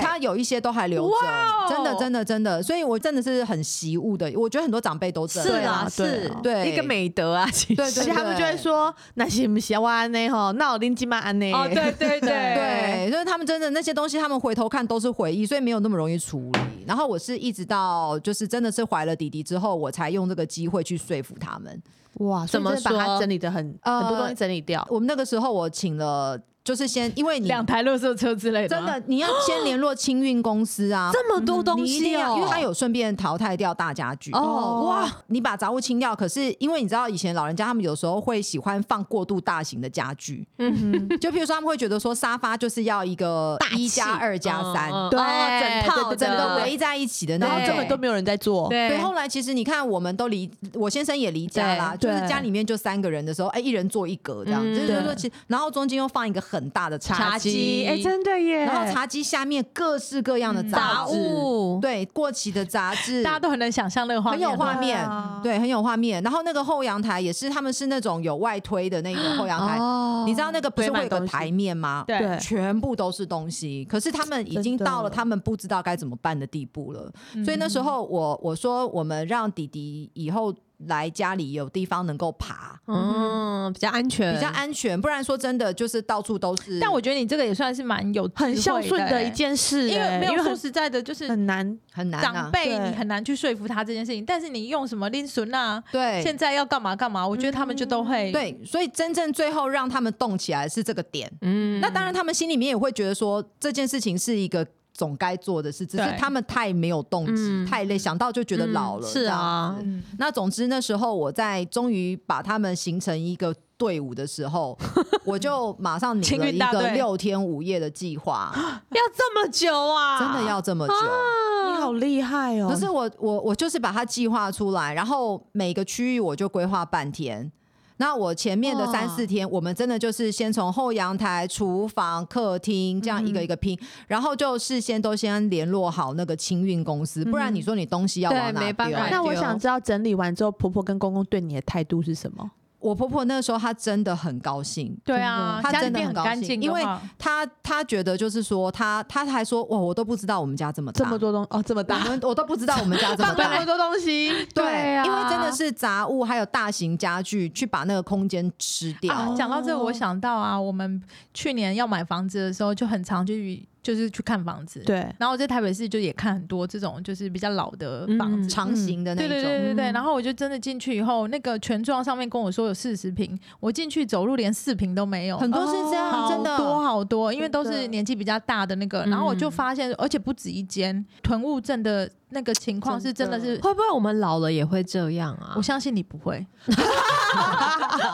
[SPEAKER 2] 他有一些都还留着，
[SPEAKER 3] 哇哦
[SPEAKER 2] 真的真的真的，所以我真的是很惜物的。我觉得很多长辈都这
[SPEAKER 4] 是
[SPEAKER 2] 样，
[SPEAKER 4] 啊，
[SPEAKER 1] 对
[SPEAKER 4] 是
[SPEAKER 1] 啊
[SPEAKER 2] 对
[SPEAKER 4] 一个美德啊，其实
[SPEAKER 2] 对
[SPEAKER 1] 而且
[SPEAKER 2] 对对，
[SPEAKER 1] 他们就会说：“那是不是我安内吼？那我拎鸡妈安内。”
[SPEAKER 3] 哦，对对对，
[SPEAKER 2] 对，所以他们真的那些东西，他们回头看都是回忆，所以没有那么容易处理。然后我是一直到就是真的是怀了弟弟之后，我才用这个机会去说服他们。
[SPEAKER 1] 哇，所以
[SPEAKER 4] 怎么
[SPEAKER 1] 真的把它
[SPEAKER 4] 说
[SPEAKER 1] 整理的很
[SPEAKER 2] 呃
[SPEAKER 1] 很多东西整理掉，
[SPEAKER 2] 我们那个时候我请了，就是先因为你
[SPEAKER 3] 两台垃圾车之类的
[SPEAKER 2] 真
[SPEAKER 3] 啊，
[SPEAKER 2] 的你要先联络清运公司 啊，
[SPEAKER 1] 这么多
[SPEAKER 2] 你
[SPEAKER 1] 东
[SPEAKER 2] 一定
[SPEAKER 1] 西
[SPEAKER 2] 要，
[SPEAKER 1] 哦，
[SPEAKER 2] 因为他有顺便淘汰掉大家具
[SPEAKER 1] 哦
[SPEAKER 2] 哇！你把杂物清掉，可是因为你知道以前老人家他们有时候会喜欢放过度大型的家具，嗯，就譬如说他们会觉得说沙发就是要一个一加二加三，
[SPEAKER 4] 嗯嗯
[SPEAKER 1] 对
[SPEAKER 4] 哦整套
[SPEAKER 1] 对对对
[SPEAKER 4] 的
[SPEAKER 2] 整个
[SPEAKER 1] 对
[SPEAKER 2] 围在一起的那
[SPEAKER 1] 然
[SPEAKER 2] 种，
[SPEAKER 1] 后根本都没有人在做，
[SPEAKER 2] 对，
[SPEAKER 4] 对
[SPEAKER 2] 后来其实你看，我们都离我先生也离家啦，就
[SPEAKER 1] 对
[SPEAKER 2] 是家里面就三个人的时候，哎，一人做一格这样，
[SPEAKER 4] 嗯
[SPEAKER 2] 就是说，
[SPEAKER 1] 对
[SPEAKER 2] 其实然后中间又放一个很大的
[SPEAKER 4] 茶
[SPEAKER 2] 茶
[SPEAKER 4] 几，哎，真的耶，
[SPEAKER 2] 然后茶几下面各式各样的
[SPEAKER 1] 嗯
[SPEAKER 2] 杂
[SPEAKER 4] 杂
[SPEAKER 2] 志，
[SPEAKER 4] 物，
[SPEAKER 2] 对，过期的杂志，
[SPEAKER 3] 嗯大家都很能想象那个画
[SPEAKER 2] 很
[SPEAKER 3] 面，
[SPEAKER 2] 有画面
[SPEAKER 1] 啊，
[SPEAKER 2] 对，很有画面。然后那个后阳台也是，他们是那种有外推的那个后阳台，
[SPEAKER 4] 哦
[SPEAKER 2] 你知道那个不是会
[SPEAKER 1] 堆
[SPEAKER 2] 有个
[SPEAKER 1] 满东西
[SPEAKER 2] 台面吗？
[SPEAKER 3] 对
[SPEAKER 1] 对
[SPEAKER 2] 全部都是东西，可是他们已经
[SPEAKER 1] 真的
[SPEAKER 2] 到了他们不知道该怎么办的地步了。
[SPEAKER 3] 嗯
[SPEAKER 2] 所以那时候我我说，我们让弟弟以后来家里有地方能够爬，
[SPEAKER 4] 嗯，比较安全，
[SPEAKER 2] 比较安全，不然说真的就是到处都是。
[SPEAKER 3] 但我觉得你这个也算是蛮有
[SPEAKER 1] 很
[SPEAKER 3] 智
[SPEAKER 1] 孝
[SPEAKER 3] 慧
[SPEAKER 1] 顺的
[SPEAKER 3] 欸
[SPEAKER 1] 一，件事
[SPEAKER 3] 因
[SPEAKER 1] 欸，
[SPEAKER 3] 为没有说
[SPEAKER 1] 很
[SPEAKER 3] 实在的，就是
[SPEAKER 1] 很难，
[SPEAKER 2] 很难啊
[SPEAKER 3] 长，辈
[SPEAKER 1] 对
[SPEAKER 3] 你很难去说服他这件事情，但是你用什么拎孙啊，
[SPEAKER 2] 对，嗯
[SPEAKER 3] 现在要干嘛干嘛，我觉得他们就都会。
[SPEAKER 2] 对，所以真正最后让他们动起来是这个点。
[SPEAKER 4] 嗯，
[SPEAKER 2] 那当然，他们心里面也会觉得说这件事情是一个总该做的事，只是
[SPEAKER 3] 对
[SPEAKER 2] 他们太没有动机、
[SPEAKER 4] 嗯
[SPEAKER 2] 太累，想到就觉得老了。
[SPEAKER 4] 是啊
[SPEAKER 2] 这样子，那总之那时候我在终于把他们形成一个队伍的时 候，我就马上拟
[SPEAKER 3] 情
[SPEAKER 2] 了
[SPEAKER 3] 侣
[SPEAKER 2] 一
[SPEAKER 3] 大
[SPEAKER 2] 个
[SPEAKER 3] 队
[SPEAKER 2] 六天五夜的计划，
[SPEAKER 1] 要这么久啊？
[SPEAKER 2] 真的要这么久。
[SPEAKER 4] 啊
[SPEAKER 1] 你好厉害哦！
[SPEAKER 2] 不是我，我我就是把它计划出来，然后每个区域我就规划半天。那我前面的
[SPEAKER 1] 哇
[SPEAKER 2] 三四天，我们真的就是先从后阳台、厨房、客厅这样
[SPEAKER 4] 嗯
[SPEAKER 2] 一个一个拼，然后就事先都先联络好那个清运公司，不然你说你东西要
[SPEAKER 4] 嗯对
[SPEAKER 2] 往哪
[SPEAKER 4] 没
[SPEAKER 2] 丢？
[SPEAKER 4] 办法
[SPEAKER 1] 那我
[SPEAKER 4] 丢
[SPEAKER 1] 想知道整理完之后，婆婆跟公公对你的态度是什么？
[SPEAKER 2] 我婆婆那个时候她真的很高兴，
[SPEAKER 3] 对啊，
[SPEAKER 2] 她
[SPEAKER 3] 家里
[SPEAKER 2] 真的
[SPEAKER 3] 变
[SPEAKER 2] 很
[SPEAKER 3] 很
[SPEAKER 2] 高
[SPEAKER 3] 干
[SPEAKER 2] 兴，
[SPEAKER 3] 净的
[SPEAKER 2] 因为
[SPEAKER 3] 话，
[SPEAKER 2] 她她觉得就是说她她还说哇，我都不知道我们家这么
[SPEAKER 1] 这
[SPEAKER 2] 大
[SPEAKER 1] 么，多东哦，这么
[SPEAKER 2] 我
[SPEAKER 1] 大，
[SPEAKER 2] 们我都不知道我们家这 么
[SPEAKER 3] 放
[SPEAKER 2] 大
[SPEAKER 3] 那么。多东西，
[SPEAKER 2] 对，
[SPEAKER 1] 对啊
[SPEAKER 2] 因为真的是杂物还有大型家具去把那个空间吃掉。
[SPEAKER 3] 啊，讲到这个，我想到啊，我们去年要买房子的时候，就很常去就是去看房子。，
[SPEAKER 1] 对，
[SPEAKER 3] 然后我在台北市就也看很多这种就是比较老的房
[SPEAKER 1] 嗯
[SPEAKER 3] 子。
[SPEAKER 2] 长形的
[SPEAKER 3] 对
[SPEAKER 2] 那种，
[SPEAKER 3] 对对对对，然后我就真的进去以后，那个权状上面跟我说有四十平，我进去走路连四平都没有，哦
[SPEAKER 2] 很多是这样，
[SPEAKER 3] 好
[SPEAKER 2] 真的
[SPEAKER 3] 多好多，因为都
[SPEAKER 4] 真
[SPEAKER 3] 是
[SPEAKER 4] 的
[SPEAKER 3] 年纪比较大的那个，然后我就发现，而且不止一间囤物症的那个情况是真的是，
[SPEAKER 4] 会不会我们老了也会这样啊
[SPEAKER 3] 我？相信你不会，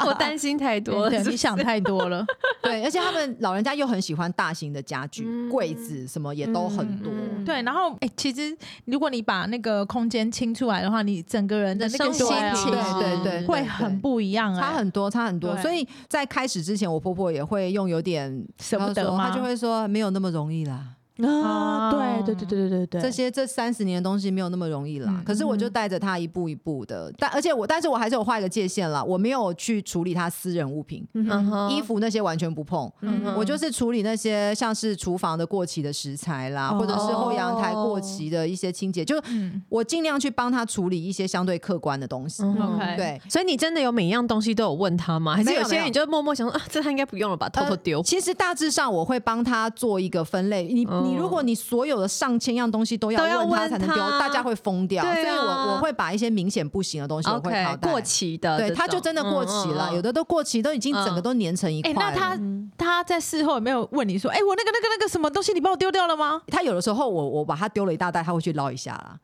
[SPEAKER 4] 我担心太 多
[SPEAKER 3] 对
[SPEAKER 4] 了，
[SPEAKER 3] 你想太多了，
[SPEAKER 2] 对，而且他们老人家又很喜欢大型的家具、
[SPEAKER 4] 嗯
[SPEAKER 2] 柜子什么也都很多。
[SPEAKER 4] 嗯
[SPEAKER 3] 对，然后哎、诶其实如果你把那个空间清出来的话，你整个人的那个
[SPEAKER 4] 生
[SPEAKER 3] 心
[SPEAKER 4] 活
[SPEAKER 1] 对啊
[SPEAKER 3] 情
[SPEAKER 2] 对对对
[SPEAKER 3] 会很不一样、欸，
[SPEAKER 2] 差很多，差很多，
[SPEAKER 3] 对
[SPEAKER 2] 所以在开始之前，我婆婆也会用有点
[SPEAKER 3] 舍不
[SPEAKER 2] 她
[SPEAKER 3] 得
[SPEAKER 2] 说
[SPEAKER 3] 吗？
[SPEAKER 2] 她就会说没有那么容易啦，
[SPEAKER 1] 啊，
[SPEAKER 3] 哦
[SPEAKER 1] 对对对对对对对，
[SPEAKER 2] 这些这三十年的东西没有那么容易啦。
[SPEAKER 3] 嗯
[SPEAKER 2] 可是我就带着他一步一步的，但而且我但是我还是有画一个界限啦，我没有去处理他私人物品，
[SPEAKER 1] 嗯哼，
[SPEAKER 2] 衣服那些完全不碰。
[SPEAKER 3] 嗯哼
[SPEAKER 2] 我就是处理那些像是厨房的过期的食材啦，
[SPEAKER 1] 哦
[SPEAKER 2] 或者是后阳台
[SPEAKER 4] 哦
[SPEAKER 2] 过期的一些清洁，就是
[SPEAKER 3] 嗯
[SPEAKER 2] 我尽量去帮他处理一些相对客观的东西。
[SPEAKER 4] 嗯哼
[SPEAKER 3] ，OK，
[SPEAKER 2] 对，
[SPEAKER 4] 所以你真的有每一样东西都有问他吗？还是
[SPEAKER 2] 没有
[SPEAKER 4] 有些
[SPEAKER 2] 没有呃
[SPEAKER 4] 人你就默默想说啊，这他应该不用了吧，偷偷丢。
[SPEAKER 2] 其实大致上我会帮他做一个分类。你、
[SPEAKER 4] 嗯
[SPEAKER 2] 你如果你所有的上千样东西都要
[SPEAKER 4] 都要
[SPEAKER 2] 问他
[SPEAKER 4] 问
[SPEAKER 2] 才能丢，
[SPEAKER 4] 他
[SPEAKER 2] 大家会疯掉。
[SPEAKER 4] 对啊
[SPEAKER 2] 所以我我会把一些明显不行的东西我会淘
[SPEAKER 4] OK，
[SPEAKER 2] 汰。
[SPEAKER 4] 过期的这
[SPEAKER 2] 对，
[SPEAKER 4] 种，
[SPEAKER 2] 它就真的过期了，
[SPEAKER 4] 嗯嗯嗯嗯
[SPEAKER 2] 有的都过期，都已经整个都粘成一
[SPEAKER 3] 哎、
[SPEAKER 2] 块了。
[SPEAKER 3] 那他他在事后有没有问你说，哎、我那个那个那个什么东西你帮我丢掉了吗？
[SPEAKER 2] 他有的时候我我把它丢了一大袋，他会去捞一下啦。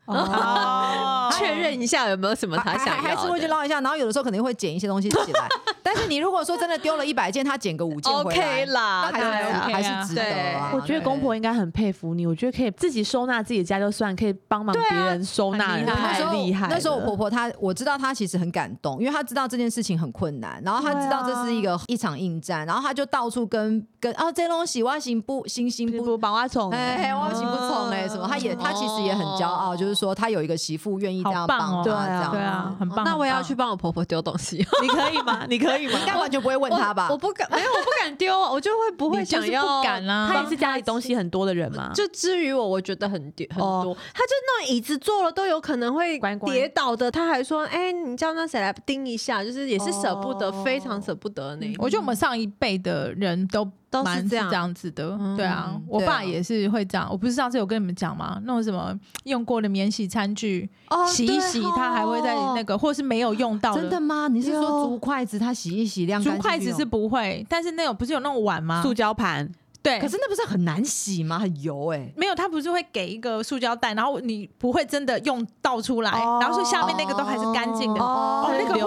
[SPEAKER 3] 哦
[SPEAKER 4] 确认一下有没有什么他
[SPEAKER 2] 还
[SPEAKER 4] 想
[SPEAKER 2] 还
[SPEAKER 4] 要的
[SPEAKER 2] 是会去捞一下，然后有的时候可能会捡一些东西起 来。但是你如果说真的丢了一百件，他捡个五件回来
[SPEAKER 4] OK
[SPEAKER 2] 那
[SPEAKER 4] 啦
[SPEAKER 2] 还是
[SPEAKER 3] 对啊
[SPEAKER 2] 还是值得啊。
[SPEAKER 1] 我觉得公婆应该很佩服你，我觉得可以自己收纳自己的家就算，可以帮忙别人收纳人，
[SPEAKER 3] 很厉害
[SPEAKER 2] 那时
[SPEAKER 1] 太
[SPEAKER 2] 候
[SPEAKER 1] 厉害了。
[SPEAKER 2] 那时候我婆婆她，我知道她其实很感动，因为她知道这件事情很困难，然后她知道这是一个
[SPEAKER 1] 啊
[SPEAKER 2] 一场硬战，然后她就到处跟跟啊这东西我行不行行不
[SPEAKER 1] 不把哦我宠，
[SPEAKER 2] 哎，我媳不宠哎，什么？他也他其实也很骄傲，就是说他有一个媳妇愿意这样
[SPEAKER 3] 好
[SPEAKER 2] 帮
[SPEAKER 3] 棒
[SPEAKER 2] 他，
[SPEAKER 3] 哦
[SPEAKER 2] 这
[SPEAKER 1] 对啊
[SPEAKER 2] 样
[SPEAKER 3] 对啊，很棒。
[SPEAKER 4] 那我也
[SPEAKER 3] 很
[SPEAKER 4] 要
[SPEAKER 2] 嗯
[SPEAKER 3] 棒
[SPEAKER 4] 去帮我婆婆丢东西。
[SPEAKER 1] 你可以吗？你可以吗
[SPEAKER 2] 应该完全不会问
[SPEAKER 4] 我
[SPEAKER 2] 他吧
[SPEAKER 4] 我？不敢，没有，我不敢丢啊，我就会不啊会
[SPEAKER 3] 你就
[SPEAKER 4] 想
[SPEAKER 3] 是
[SPEAKER 4] 要
[SPEAKER 3] 不敢啦、
[SPEAKER 1] 他也是家里东西很多的人嘛，
[SPEAKER 4] 就至于我，我觉得很丢很
[SPEAKER 1] 哦
[SPEAKER 4] 多，他就那种椅子坐了都有可能会
[SPEAKER 1] 乖乖
[SPEAKER 4] 跌倒的，他还说：“哎、你叫那谁来盯一下。”就是也是舍不得，
[SPEAKER 1] 哦嗯
[SPEAKER 4] 非常舍不得那一种。
[SPEAKER 3] 我觉得我们上一辈的人都
[SPEAKER 4] 都是
[SPEAKER 3] 蛮是
[SPEAKER 4] 这样
[SPEAKER 3] 这样子的，对啊
[SPEAKER 2] 嗯，
[SPEAKER 3] 我
[SPEAKER 2] 对啊
[SPEAKER 3] 爸也是会这样。我不是上次有跟你们讲吗？那种什么用过的免洗餐具，
[SPEAKER 4] 哦
[SPEAKER 3] 洗一洗，他还会在那个，或是没有用到
[SPEAKER 2] 真的。吗？你是说竹筷子他洗一洗晾干？
[SPEAKER 3] 竹筷子是，不会，但是那种不是有那种碗吗？
[SPEAKER 1] 塑胶盘，
[SPEAKER 3] 对，
[SPEAKER 2] 可是那不是很难洗吗？很油哎。
[SPEAKER 3] 没有，他不是会给一个塑胶袋，然后你不会真的用倒出来，
[SPEAKER 1] 哦
[SPEAKER 3] 然后所以下面那个都还是干净的。
[SPEAKER 1] 哦
[SPEAKER 3] 那个会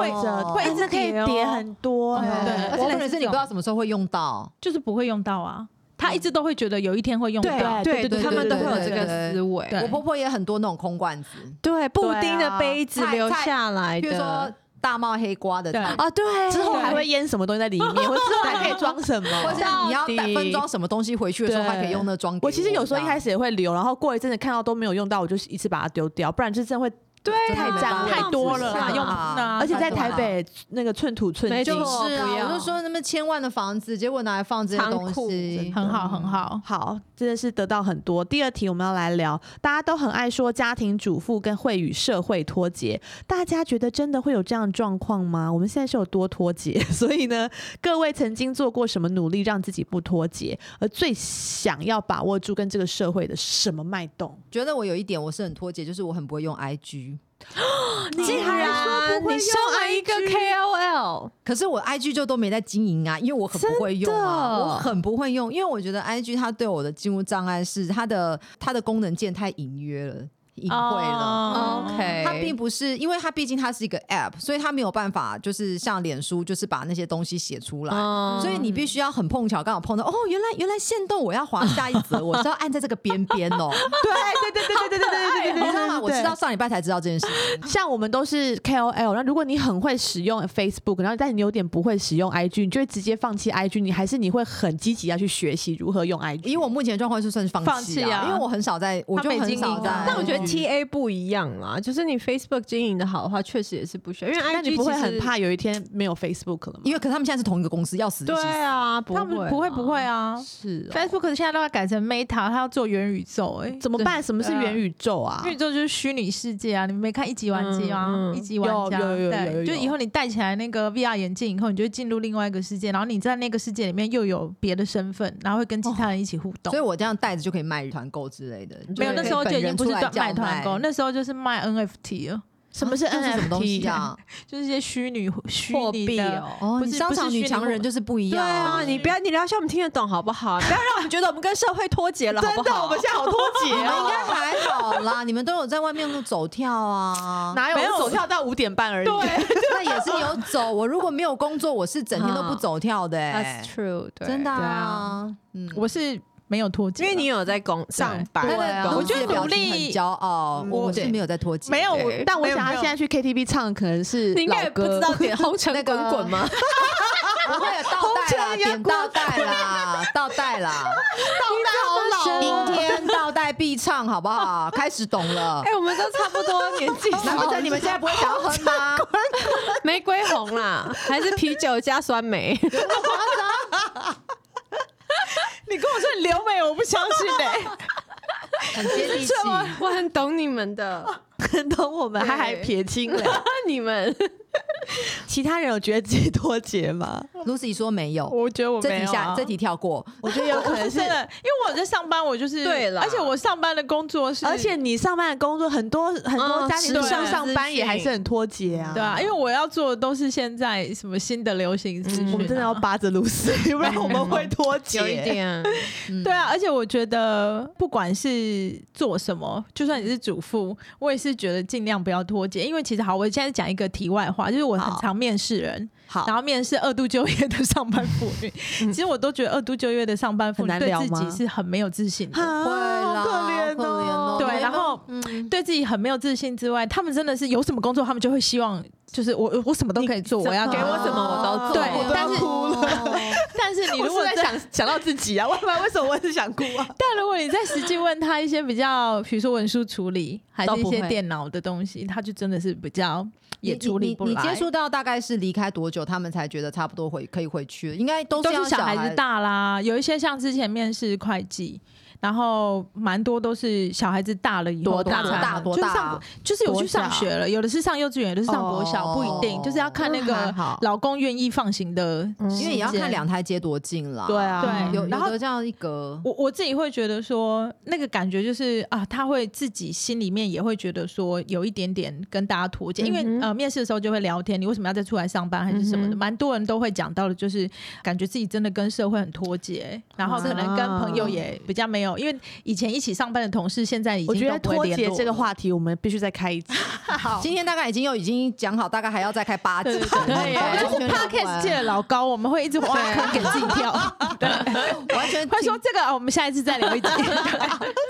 [SPEAKER 3] 会一直
[SPEAKER 1] 那可以
[SPEAKER 3] 叠哦
[SPEAKER 1] 叠很多，
[SPEAKER 3] 对
[SPEAKER 1] 哎
[SPEAKER 2] 而
[SPEAKER 3] 而
[SPEAKER 2] 且
[SPEAKER 3] 且
[SPEAKER 2] 可能是你不知道什么时候会用到，
[SPEAKER 3] 就是不会用到啊。他一直都会觉得有一天会用到，啊
[SPEAKER 1] 对
[SPEAKER 4] 对对，
[SPEAKER 1] 对
[SPEAKER 4] 他们都会有这
[SPEAKER 2] 对对对
[SPEAKER 4] 个思维。
[SPEAKER 3] 对
[SPEAKER 2] 我婆婆也很多那种空罐子，
[SPEAKER 4] 对，啊布丁的杯子
[SPEAKER 2] 菜
[SPEAKER 4] 留下来
[SPEAKER 2] 比
[SPEAKER 4] 的，
[SPEAKER 2] 如说大冒黑瓜的
[SPEAKER 3] 对
[SPEAKER 2] 菜，
[SPEAKER 4] 啊，对，
[SPEAKER 1] 之后还会淹什么东西在里面，或之后还可以装什
[SPEAKER 2] 或是
[SPEAKER 1] 么。
[SPEAKER 2] 你要
[SPEAKER 4] 到底
[SPEAKER 2] 分装什么东西回去的时候，
[SPEAKER 1] 对
[SPEAKER 2] 还可以用那装给。
[SPEAKER 1] 我其实有时候一开
[SPEAKER 2] 始
[SPEAKER 1] 始也会留，然后过一阵子看到都没有用到，我就一次把它丢掉，不然就真的会。
[SPEAKER 4] 对啊
[SPEAKER 1] 太
[SPEAKER 4] 没
[SPEAKER 1] 脏
[SPEAKER 4] 办法
[SPEAKER 1] 太多了
[SPEAKER 4] 是
[SPEAKER 1] 啦
[SPEAKER 4] 啊
[SPEAKER 1] 用
[SPEAKER 2] 啊
[SPEAKER 3] 那
[SPEAKER 1] 而且在台
[SPEAKER 2] 太多了
[SPEAKER 1] 北那个寸土寸
[SPEAKER 4] 没
[SPEAKER 1] 金
[SPEAKER 4] 错，
[SPEAKER 2] 是
[SPEAKER 4] 不
[SPEAKER 2] 啊，
[SPEAKER 4] 要
[SPEAKER 2] 我就说那么千万的房子，结果拿来放这些
[SPEAKER 4] 仓
[SPEAKER 2] 东
[SPEAKER 4] 库
[SPEAKER 2] 西，
[SPEAKER 3] 很好很好。
[SPEAKER 1] 好，真的是得到很多。第二题我们要来聊，大家都很爱说家庭主妇跟会与社会脱节，大家觉得真的会有这样的状况吗？我们现在是有多脱节？所以呢，各位曾经做过什么努力让自己不脱节，而最想要把握住跟这个社会的什么脉动？
[SPEAKER 2] 觉得我有一点我是很脱节，就是我很不会用 IG，
[SPEAKER 4] 竟然你身为一个 KOL，
[SPEAKER 2] 可是我 IG 就都没在经营啊，因为我很不会用啊，
[SPEAKER 4] 真的
[SPEAKER 2] 我很不会用，因为我觉得 IG 它对我的进入障碍是它的它的功能键太隐约了。隐晦
[SPEAKER 3] 哦
[SPEAKER 2] 了。OK，它并不是，因为它毕竟它是一个 App，所以它没有办法就是像脸书，就是把那些东西写出来。
[SPEAKER 4] 嗯
[SPEAKER 2] 所以你必须要很碰巧，刚好碰到哦，原来原来线动我要滑下一则，我是要按在这个边边哦，
[SPEAKER 1] 对对对对对对对对对
[SPEAKER 2] 你
[SPEAKER 1] 对，
[SPEAKER 2] 知道吗？我知道上礼拜才知道这件事情。
[SPEAKER 1] 像我们都是 KOL，那如果你很会使用 Facebook，然后但你有点不会使用 IG，你就会直接放弃 IG，你还是你会很积极要去学习如何用 IG。
[SPEAKER 2] 以我目前的状况是算是放
[SPEAKER 3] 放
[SPEAKER 2] 弃
[SPEAKER 3] 弃
[SPEAKER 2] 啊，
[SPEAKER 3] 啊
[SPEAKER 2] 因为我很少在，我
[SPEAKER 3] 他
[SPEAKER 2] 就
[SPEAKER 3] 没
[SPEAKER 2] 很
[SPEAKER 3] 经
[SPEAKER 2] 少
[SPEAKER 3] 营
[SPEAKER 2] 在
[SPEAKER 1] 嗯
[SPEAKER 3] 啊。
[SPEAKER 4] 但我觉得
[SPEAKER 2] T
[SPEAKER 4] T A 不一样啦，就是你 Facebook 经营的好的话，确实也是不需要，因为 I
[SPEAKER 1] 那
[SPEAKER 4] G
[SPEAKER 1] 你不会很怕有一天没有 Facebook 了吗？
[SPEAKER 2] 因为可是他们现在是同一个公司，要死就
[SPEAKER 4] 对
[SPEAKER 2] 死
[SPEAKER 4] 啊，不
[SPEAKER 3] 他们不会不会啊
[SPEAKER 4] 是哦
[SPEAKER 3] ，Facebook 现在都要改成 Meta，它要做元宇宙，哎，
[SPEAKER 1] 怎么办？什么是
[SPEAKER 3] 对啊
[SPEAKER 1] 元宇宙啊？
[SPEAKER 3] 元宇宙就是虚拟世界啊！你们没看一级玩家吗？
[SPEAKER 4] 嗯嗯
[SPEAKER 3] 一级玩家，
[SPEAKER 1] 有有有有有有
[SPEAKER 3] 对，就以后你戴起来那个 VR 眼镜以后，你就会进入另外一个世界，然后你在那个世界里面又有别的身份，然后会跟其他人一起互动。
[SPEAKER 2] 所以我这样带着就可以卖团购之类的。
[SPEAKER 3] 没有，那时候
[SPEAKER 2] 本
[SPEAKER 3] 就已经
[SPEAKER 2] 人
[SPEAKER 3] 不
[SPEAKER 2] 出
[SPEAKER 3] 是
[SPEAKER 2] 来
[SPEAKER 3] 断
[SPEAKER 2] 叫
[SPEAKER 3] 卖团购，
[SPEAKER 2] 卖
[SPEAKER 3] 那时候就是卖 NFT 了，哦
[SPEAKER 1] 什么是
[SPEAKER 2] 是什么东西
[SPEAKER 1] NFT？
[SPEAKER 2] 啊？
[SPEAKER 3] 就是一些虚拟虚
[SPEAKER 1] 货
[SPEAKER 3] 拟
[SPEAKER 1] 币
[SPEAKER 4] 啊
[SPEAKER 3] 的。
[SPEAKER 1] 哦。
[SPEAKER 2] 哦，
[SPEAKER 3] 不
[SPEAKER 2] 你
[SPEAKER 3] 是
[SPEAKER 2] 商
[SPEAKER 3] 不是
[SPEAKER 2] 场女
[SPEAKER 3] 虚
[SPEAKER 2] 强
[SPEAKER 3] 拟
[SPEAKER 2] 人
[SPEAKER 3] 货
[SPEAKER 2] 就是不一
[SPEAKER 4] 对
[SPEAKER 2] 样
[SPEAKER 4] 啊，你不要你聊一下我们听得懂好不好？不要让我们觉得我们跟社会脱节了，好不好？
[SPEAKER 1] 现在好脱 节
[SPEAKER 2] 你们应该还好啦，你们都有在外面走跳啊，
[SPEAKER 1] 哪有
[SPEAKER 3] 没有
[SPEAKER 1] 我走跳到五点半而已？
[SPEAKER 4] 欸
[SPEAKER 1] 对，
[SPEAKER 2] 那也是有走。我如果没有工作，我是整天都不走跳的、欸
[SPEAKER 4] That's，true，对
[SPEAKER 2] 真的
[SPEAKER 3] 对
[SPEAKER 2] 啊
[SPEAKER 3] 啊，
[SPEAKER 2] 嗯，
[SPEAKER 3] 我是没有脱节
[SPEAKER 4] 因
[SPEAKER 3] 了，
[SPEAKER 4] 为你有在工上班，
[SPEAKER 2] 对
[SPEAKER 4] 工作
[SPEAKER 2] 我
[SPEAKER 3] 我觉得
[SPEAKER 2] 表
[SPEAKER 3] 努
[SPEAKER 2] 情很
[SPEAKER 3] 力
[SPEAKER 2] 骄傲，
[SPEAKER 1] 嗯
[SPEAKER 2] 我
[SPEAKER 1] 我
[SPEAKER 2] 是没有在脱节，
[SPEAKER 3] 没有我
[SPEAKER 4] 对，
[SPEAKER 1] 但我
[SPEAKER 3] 没有
[SPEAKER 1] 想他
[SPEAKER 3] 没有
[SPEAKER 1] 现在去 KTV 唱，可能是
[SPEAKER 4] 你应该
[SPEAKER 1] 老
[SPEAKER 4] 也不知
[SPEAKER 1] 歌。
[SPEAKER 4] 道点红尘
[SPEAKER 2] 那个
[SPEAKER 4] 滚滚吗？
[SPEAKER 2] 我会有倒带啦，点倒带啦，倒带啦，
[SPEAKER 1] 好
[SPEAKER 2] 明天倒带必唱，好不好？开始懂了。
[SPEAKER 4] 哎，我们都差不 多年纪
[SPEAKER 2] 难不成你们现在不会想要哼吗？
[SPEAKER 4] 玫瑰红啦，还是啤酒加酸梅？
[SPEAKER 1] 你跟我说你留美，我不相信哎，
[SPEAKER 2] 很接地气。
[SPEAKER 4] 我很懂你们 的，
[SPEAKER 1] 很 懂我们，
[SPEAKER 4] 对
[SPEAKER 1] 还还撇清嘞。
[SPEAKER 4] 你们
[SPEAKER 1] 其他人有觉得自己脱节吗？
[SPEAKER 2] Lucy 说没有，
[SPEAKER 3] 我觉得我
[SPEAKER 2] 这
[SPEAKER 3] 没
[SPEAKER 2] 题
[SPEAKER 3] 有
[SPEAKER 2] 下
[SPEAKER 3] 啊
[SPEAKER 2] 这题跳过。
[SPEAKER 1] 我觉得有可能是
[SPEAKER 3] 真。的，因为我在上班，我就是
[SPEAKER 4] 对啦
[SPEAKER 3] 而且我上班的工作是，
[SPEAKER 1] 而且你上班的工作很多很多家庭
[SPEAKER 3] 对
[SPEAKER 1] 都上上班也还是很脱节啊，
[SPEAKER 3] 对啊，因为我要做的都是现在什么新的流行资讯、啊
[SPEAKER 1] 我们真的要扒着露丝， 不然我们会脱节。
[SPEAKER 4] 有一点，
[SPEAKER 2] 嗯
[SPEAKER 3] 对，啊，而且我觉得不管是做什么，就算你是主妇，我也是觉得尽量不要脱节，因为其实好，我现在讲一个题外话，就是我很
[SPEAKER 1] 好
[SPEAKER 3] 常面试人，
[SPEAKER 1] 好
[SPEAKER 3] 然，后面试二度就业的上班妇 女，其实我都觉得二度就业的上班妇女
[SPEAKER 1] 很难
[SPEAKER 3] 对
[SPEAKER 1] 聊
[SPEAKER 3] 自己
[SPEAKER 1] 吗
[SPEAKER 3] 是很没有自信的。
[SPEAKER 1] 啊
[SPEAKER 2] 会啦，
[SPEAKER 1] 好可怜哦
[SPEAKER 2] 可怜哦。
[SPEAKER 3] 对，然后
[SPEAKER 2] 嗯，
[SPEAKER 3] 对自己很没有自信之外，他们真的是有什么工作，他们就会希望就是我我什么都可以做，我要
[SPEAKER 1] 给
[SPEAKER 3] 干嘛
[SPEAKER 1] 我什么我都做
[SPEAKER 3] 对
[SPEAKER 1] 我都要
[SPEAKER 3] 但是
[SPEAKER 1] 哭
[SPEAKER 2] 了。
[SPEAKER 3] 但是你
[SPEAKER 1] 我
[SPEAKER 3] 如果
[SPEAKER 1] 是在
[SPEAKER 3] 真
[SPEAKER 1] 想想到自己啊，我 不然为什么我一直想哭啊？
[SPEAKER 3] 但如果你在实际问他一些比较，比如说文书处理，还是一
[SPEAKER 2] 都不
[SPEAKER 3] 些
[SPEAKER 2] 会
[SPEAKER 3] 电脑的东西，他就真的是比较也处理不
[SPEAKER 2] 你你
[SPEAKER 3] 来。
[SPEAKER 2] 你接触到大概是离开多久，他们才觉得差不多回可以回去了？应该都
[SPEAKER 3] 都
[SPEAKER 2] 要
[SPEAKER 3] 是
[SPEAKER 2] 小
[SPEAKER 3] 小孩
[SPEAKER 2] 子
[SPEAKER 3] 子。大啦，有一些像之前面试会计。然后蛮多都是小孩子大了以后，
[SPEAKER 2] 多大
[SPEAKER 3] 才
[SPEAKER 2] 大
[SPEAKER 3] 能
[SPEAKER 2] 多
[SPEAKER 3] 就是
[SPEAKER 2] 大
[SPEAKER 3] 上就是有去上学了，有的是上幼稚园，有的是上国小，不一定，就是要看那
[SPEAKER 4] 那还
[SPEAKER 3] 个
[SPEAKER 4] 好
[SPEAKER 3] 老公愿意放行的
[SPEAKER 2] 因为也要看两台街多近啦。
[SPEAKER 1] 对啊
[SPEAKER 3] 对
[SPEAKER 2] 有
[SPEAKER 3] 然
[SPEAKER 2] 有
[SPEAKER 3] 后
[SPEAKER 2] 的这样一格，
[SPEAKER 3] 我我自己会觉得说，那个感觉就是啊，他会自己心里面也会觉得说，有一点点跟大家脱节，因为、
[SPEAKER 4] 嗯哼
[SPEAKER 3] 呃，面试的时候就会聊天，你为什么要再出来上班还是什么
[SPEAKER 4] 嗯
[SPEAKER 3] 的，
[SPEAKER 4] 哼
[SPEAKER 3] 蛮多人都会讲到的，就是感觉自己真的跟社会很脱节，然后可能跟朋友也比较没有，因为以前一起上班的同事，现在已
[SPEAKER 1] 我
[SPEAKER 3] 经
[SPEAKER 1] 觉得
[SPEAKER 3] 都不
[SPEAKER 1] 脱
[SPEAKER 3] 会联
[SPEAKER 1] 节
[SPEAKER 3] 络
[SPEAKER 1] 这个
[SPEAKER 3] 了
[SPEAKER 1] 话题，我们必须再开一集。
[SPEAKER 3] 好
[SPEAKER 2] 今天大概已经有已经讲好，大概还要再开八集。
[SPEAKER 3] 对对对
[SPEAKER 2] 对
[SPEAKER 3] 我们就是 podcast 界的老高，我们会一直挖坑给自己跳，对，
[SPEAKER 2] 完全
[SPEAKER 3] 会说这个啊我们下一次再聊一集。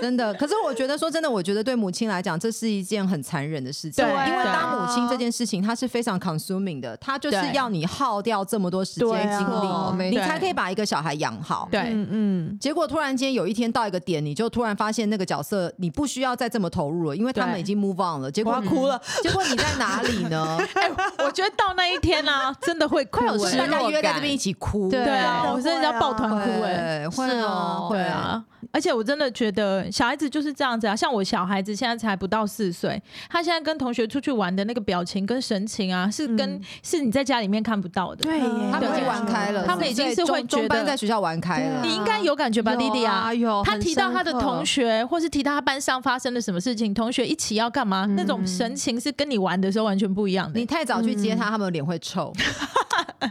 [SPEAKER 2] 真的， 可是我觉得说真的，我觉得对母亲来讲，这是一件很残忍的事情，
[SPEAKER 3] 对
[SPEAKER 2] 因为
[SPEAKER 3] 对
[SPEAKER 2] 当母亲这件事情，它是非常 consuming 的，它就是
[SPEAKER 3] 对
[SPEAKER 2] 要你耗掉这么多时间
[SPEAKER 1] 对
[SPEAKER 2] 精
[SPEAKER 1] 啊
[SPEAKER 2] 力，
[SPEAKER 1] 没
[SPEAKER 2] 你
[SPEAKER 3] 错
[SPEAKER 2] 才可以把一个小孩养好。
[SPEAKER 3] 对，
[SPEAKER 1] 嗯嗯，
[SPEAKER 2] 结果突然间有一天到一个点，你就突然发现那个角色你不需要再这么投入了，因为他们
[SPEAKER 3] 对
[SPEAKER 2] 已经 move on 了。结
[SPEAKER 1] 我
[SPEAKER 2] 果
[SPEAKER 1] 要哭 了。
[SPEAKER 2] 结果你在哪里呢？
[SPEAKER 3] 哎、我觉得到那一天呢、真的会哭、
[SPEAKER 2] 我们
[SPEAKER 3] 哎
[SPEAKER 2] 大家约在这边一
[SPEAKER 4] 感
[SPEAKER 2] 起哭，
[SPEAKER 4] 对
[SPEAKER 3] 对啊，我真的要抱团哭哎、
[SPEAKER 2] 对，会
[SPEAKER 4] 是
[SPEAKER 2] 哦
[SPEAKER 4] 哦，
[SPEAKER 2] 会
[SPEAKER 3] 对。啊，而且我真的觉得小孩子就是这样子啊，像我小孩子现在才不到四岁，他现在跟同学出去玩的那个表情跟神情啊，是跟、
[SPEAKER 2] 嗯
[SPEAKER 3] 是你在家里面看不到的。
[SPEAKER 2] 啊
[SPEAKER 4] 啊
[SPEAKER 1] 对耶
[SPEAKER 2] 他们已经玩开了，
[SPEAKER 3] 他们已经是会
[SPEAKER 2] 中中
[SPEAKER 3] 觉
[SPEAKER 2] 班
[SPEAKER 3] 得
[SPEAKER 2] 在学校玩开了
[SPEAKER 4] 对啊
[SPEAKER 3] 你。应该有感觉吧，
[SPEAKER 4] 有
[SPEAKER 3] 莉莉
[SPEAKER 4] 啊有
[SPEAKER 3] 他
[SPEAKER 4] 很
[SPEAKER 3] 提到
[SPEAKER 4] 深
[SPEAKER 3] 他的
[SPEAKER 4] 刻
[SPEAKER 3] 同学，或是提到他班上发生了什么事情，同学一起要干嘛，
[SPEAKER 2] 嗯
[SPEAKER 3] 那种神情是跟你玩的时候完全不一样的。
[SPEAKER 2] 你太早去接他，他们脸会臭。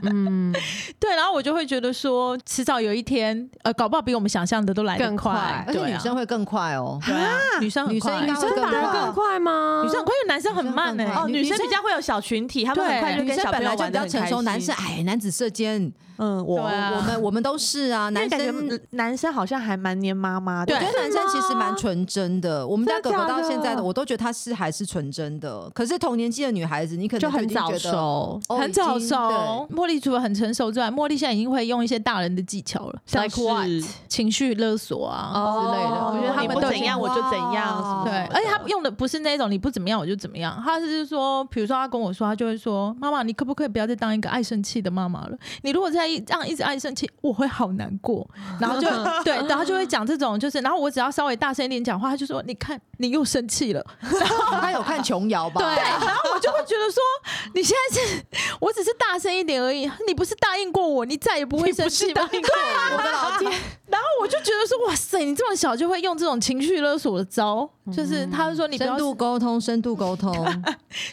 [SPEAKER 4] 嗯，
[SPEAKER 3] 对，然后我就会觉得说，迟早有一天，呃，搞不好比我们想象的都来得
[SPEAKER 4] 更快
[SPEAKER 2] 而
[SPEAKER 3] 对
[SPEAKER 2] 且
[SPEAKER 3] 啊，
[SPEAKER 2] 女生会更快哦。
[SPEAKER 3] 对啊，女生很
[SPEAKER 2] 女生
[SPEAKER 3] 快
[SPEAKER 2] 应该会
[SPEAKER 4] 真
[SPEAKER 2] 更
[SPEAKER 4] 的
[SPEAKER 2] 快
[SPEAKER 4] 更快吗？
[SPEAKER 3] 女生很快，因为男生很慢呢、欸
[SPEAKER 2] 女生更快
[SPEAKER 1] 哦，
[SPEAKER 2] 女
[SPEAKER 1] 女生
[SPEAKER 2] 女生
[SPEAKER 1] 比较会有小群体，他们很
[SPEAKER 3] 对
[SPEAKER 1] 快就
[SPEAKER 2] 女
[SPEAKER 1] 跟
[SPEAKER 2] 生
[SPEAKER 1] 小
[SPEAKER 2] 本
[SPEAKER 1] 朋友
[SPEAKER 2] 来就
[SPEAKER 1] 玩
[SPEAKER 2] 比
[SPEAKER 1] 的
[SPEAKER 2] 较
[SPEAKER 1] 很
[SPEAKER 2] 成
[SPEAKER 1] 开
[SPEAKER 2] 熟，
[SPEAKER 1] 心。
[SPEAKER 2] 男生哎，男子射箭，
[SPEAKER 1] 嗯，我
[SPEAKER 3] 对啊
[SPEAKER 2] 我们我们都是啊，
[SPEAKER 1] 因为
[SPEAKER 2] 男
[SPEAKER 1] 感觉啊
[SPEAKER 2] 生
[SPEAKER 1] 男生好像还蛮黏妈妈的，
[SPEAKER 2] 我觉得男生其实蛮纯真的，我们家狗
[SPEAKER 4] 真的
[SPEAKER 2] 狗
[SPEAKER 4] 假
[SPEAKER 2] 到
[SPEAKER 4] 的
[SPEAKER 2] 现在的，我都觉得它是还是纯真的。可是同年纪的女孩子，你可能
[SPEAKER 4] 就很
[SPEAKER 2] 已经觉
[SPEAKER 4] 早
[SPEAKER 2] 得，
[SPEAKER 4] 熟，
[SPEAKER 2] 哦
[SPEAKER 3] 很早熟。
[SPEAKER 2] 已
[SPEAKER 3] 茉莉除了很成熟之外，茉莉现在已经会用一些大人的技巧了
[SPEAKER 1] 像
[SPEAKER 3] ，like what
[SPEAKER 1] 是
[SPEAKER 3] 情绪勒索啊、
[SPEAKER 4] 哦
[SPEAKER 3] 之类的。我觉得他
[SPEAKER 1] 你
[SPEAKER 3] 们
[SPEAKER 1] 不
[SPEAKER 3] 都已
[SPEAKER 1] 怎
[SPEAKER 3] 经
[SPEAKER 1] 样我就怎样，
[SPEAKER 2] 哇
[SPEAKER 1] 什么
[SPEAKER 3] 对，
[SPEAKER 1] 什么的
[SPEAKER 3] 而且他用的不是那种你不怎么样我就怎么样，他是说，比如说他跟我说，他就会说，妈妈，你可不可以不要再当一个爱生气的妈妈了？你如果再一这样一直爱生气，我会好难过。然后就对，然后就会讲这种，就是，然后我只要稍微大声一点讲话，他就说，你看你又生气了。
[SPEAKER 2] 经他有看琼瑶吧？
[SPEAKER 3] 对，然后我就会觉得说，你现在是，我只是大声一点而已，你不是答应过我，你再也不会生气吗？
[SPEAKER 2] 我的老天，
[SPEAKER 3] 然后我就觉得说，哇塞，你这么小就会用这种情绪勒索的招，就是他就说你不
[SPEAKER 2] 深
[SPEAKER 3] 要
[SPEAKER 2] 度沟通，深度沟通，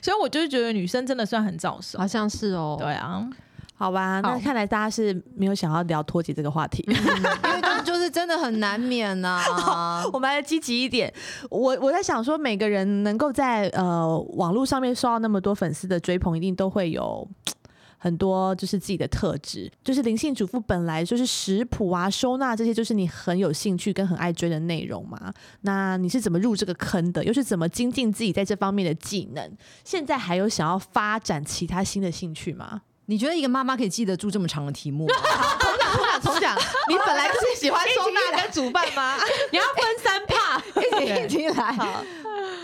[SPEAKER 3] 所以我就是觉得女生真的算很早熟。
[SPEAKER 4] 好像是哦。
[SPEAKER 3] 对啊，
[SPEAKER 1] 好嗯吧，那
[SPEAKER 3] 好
[SPEAKER 1] 看来大家是没有想要聊脱节这个话题。
[SPEAKER 2] 因为他们就是真的很难免啊 呐。
[SPEAKER 1] 我们来积极一点。我我在想说，每个人能够在呃网络上面受到那么多粉丝的追捧，一定都会有。很多就是自己的特质，就是灵性主妇本来就是食谱啊、收纳这些，就是你很有兴趣跟很爱追的内容嘛。那你是怎么入这个坑的？又是怎么精进自己在这方面的技能？现在还有想要发展其他新的兴趣吗？
[SPEAKER 2] 你觉得一个妈妈可以记得住这么长的题目吗？
[SPEAKER 1] 重讲重讲，你本来就是喜欢收纳跟煮饭吗？
[SPEAKER 4] 你要分三怕，
[SPEAKER 2] 一起一起来。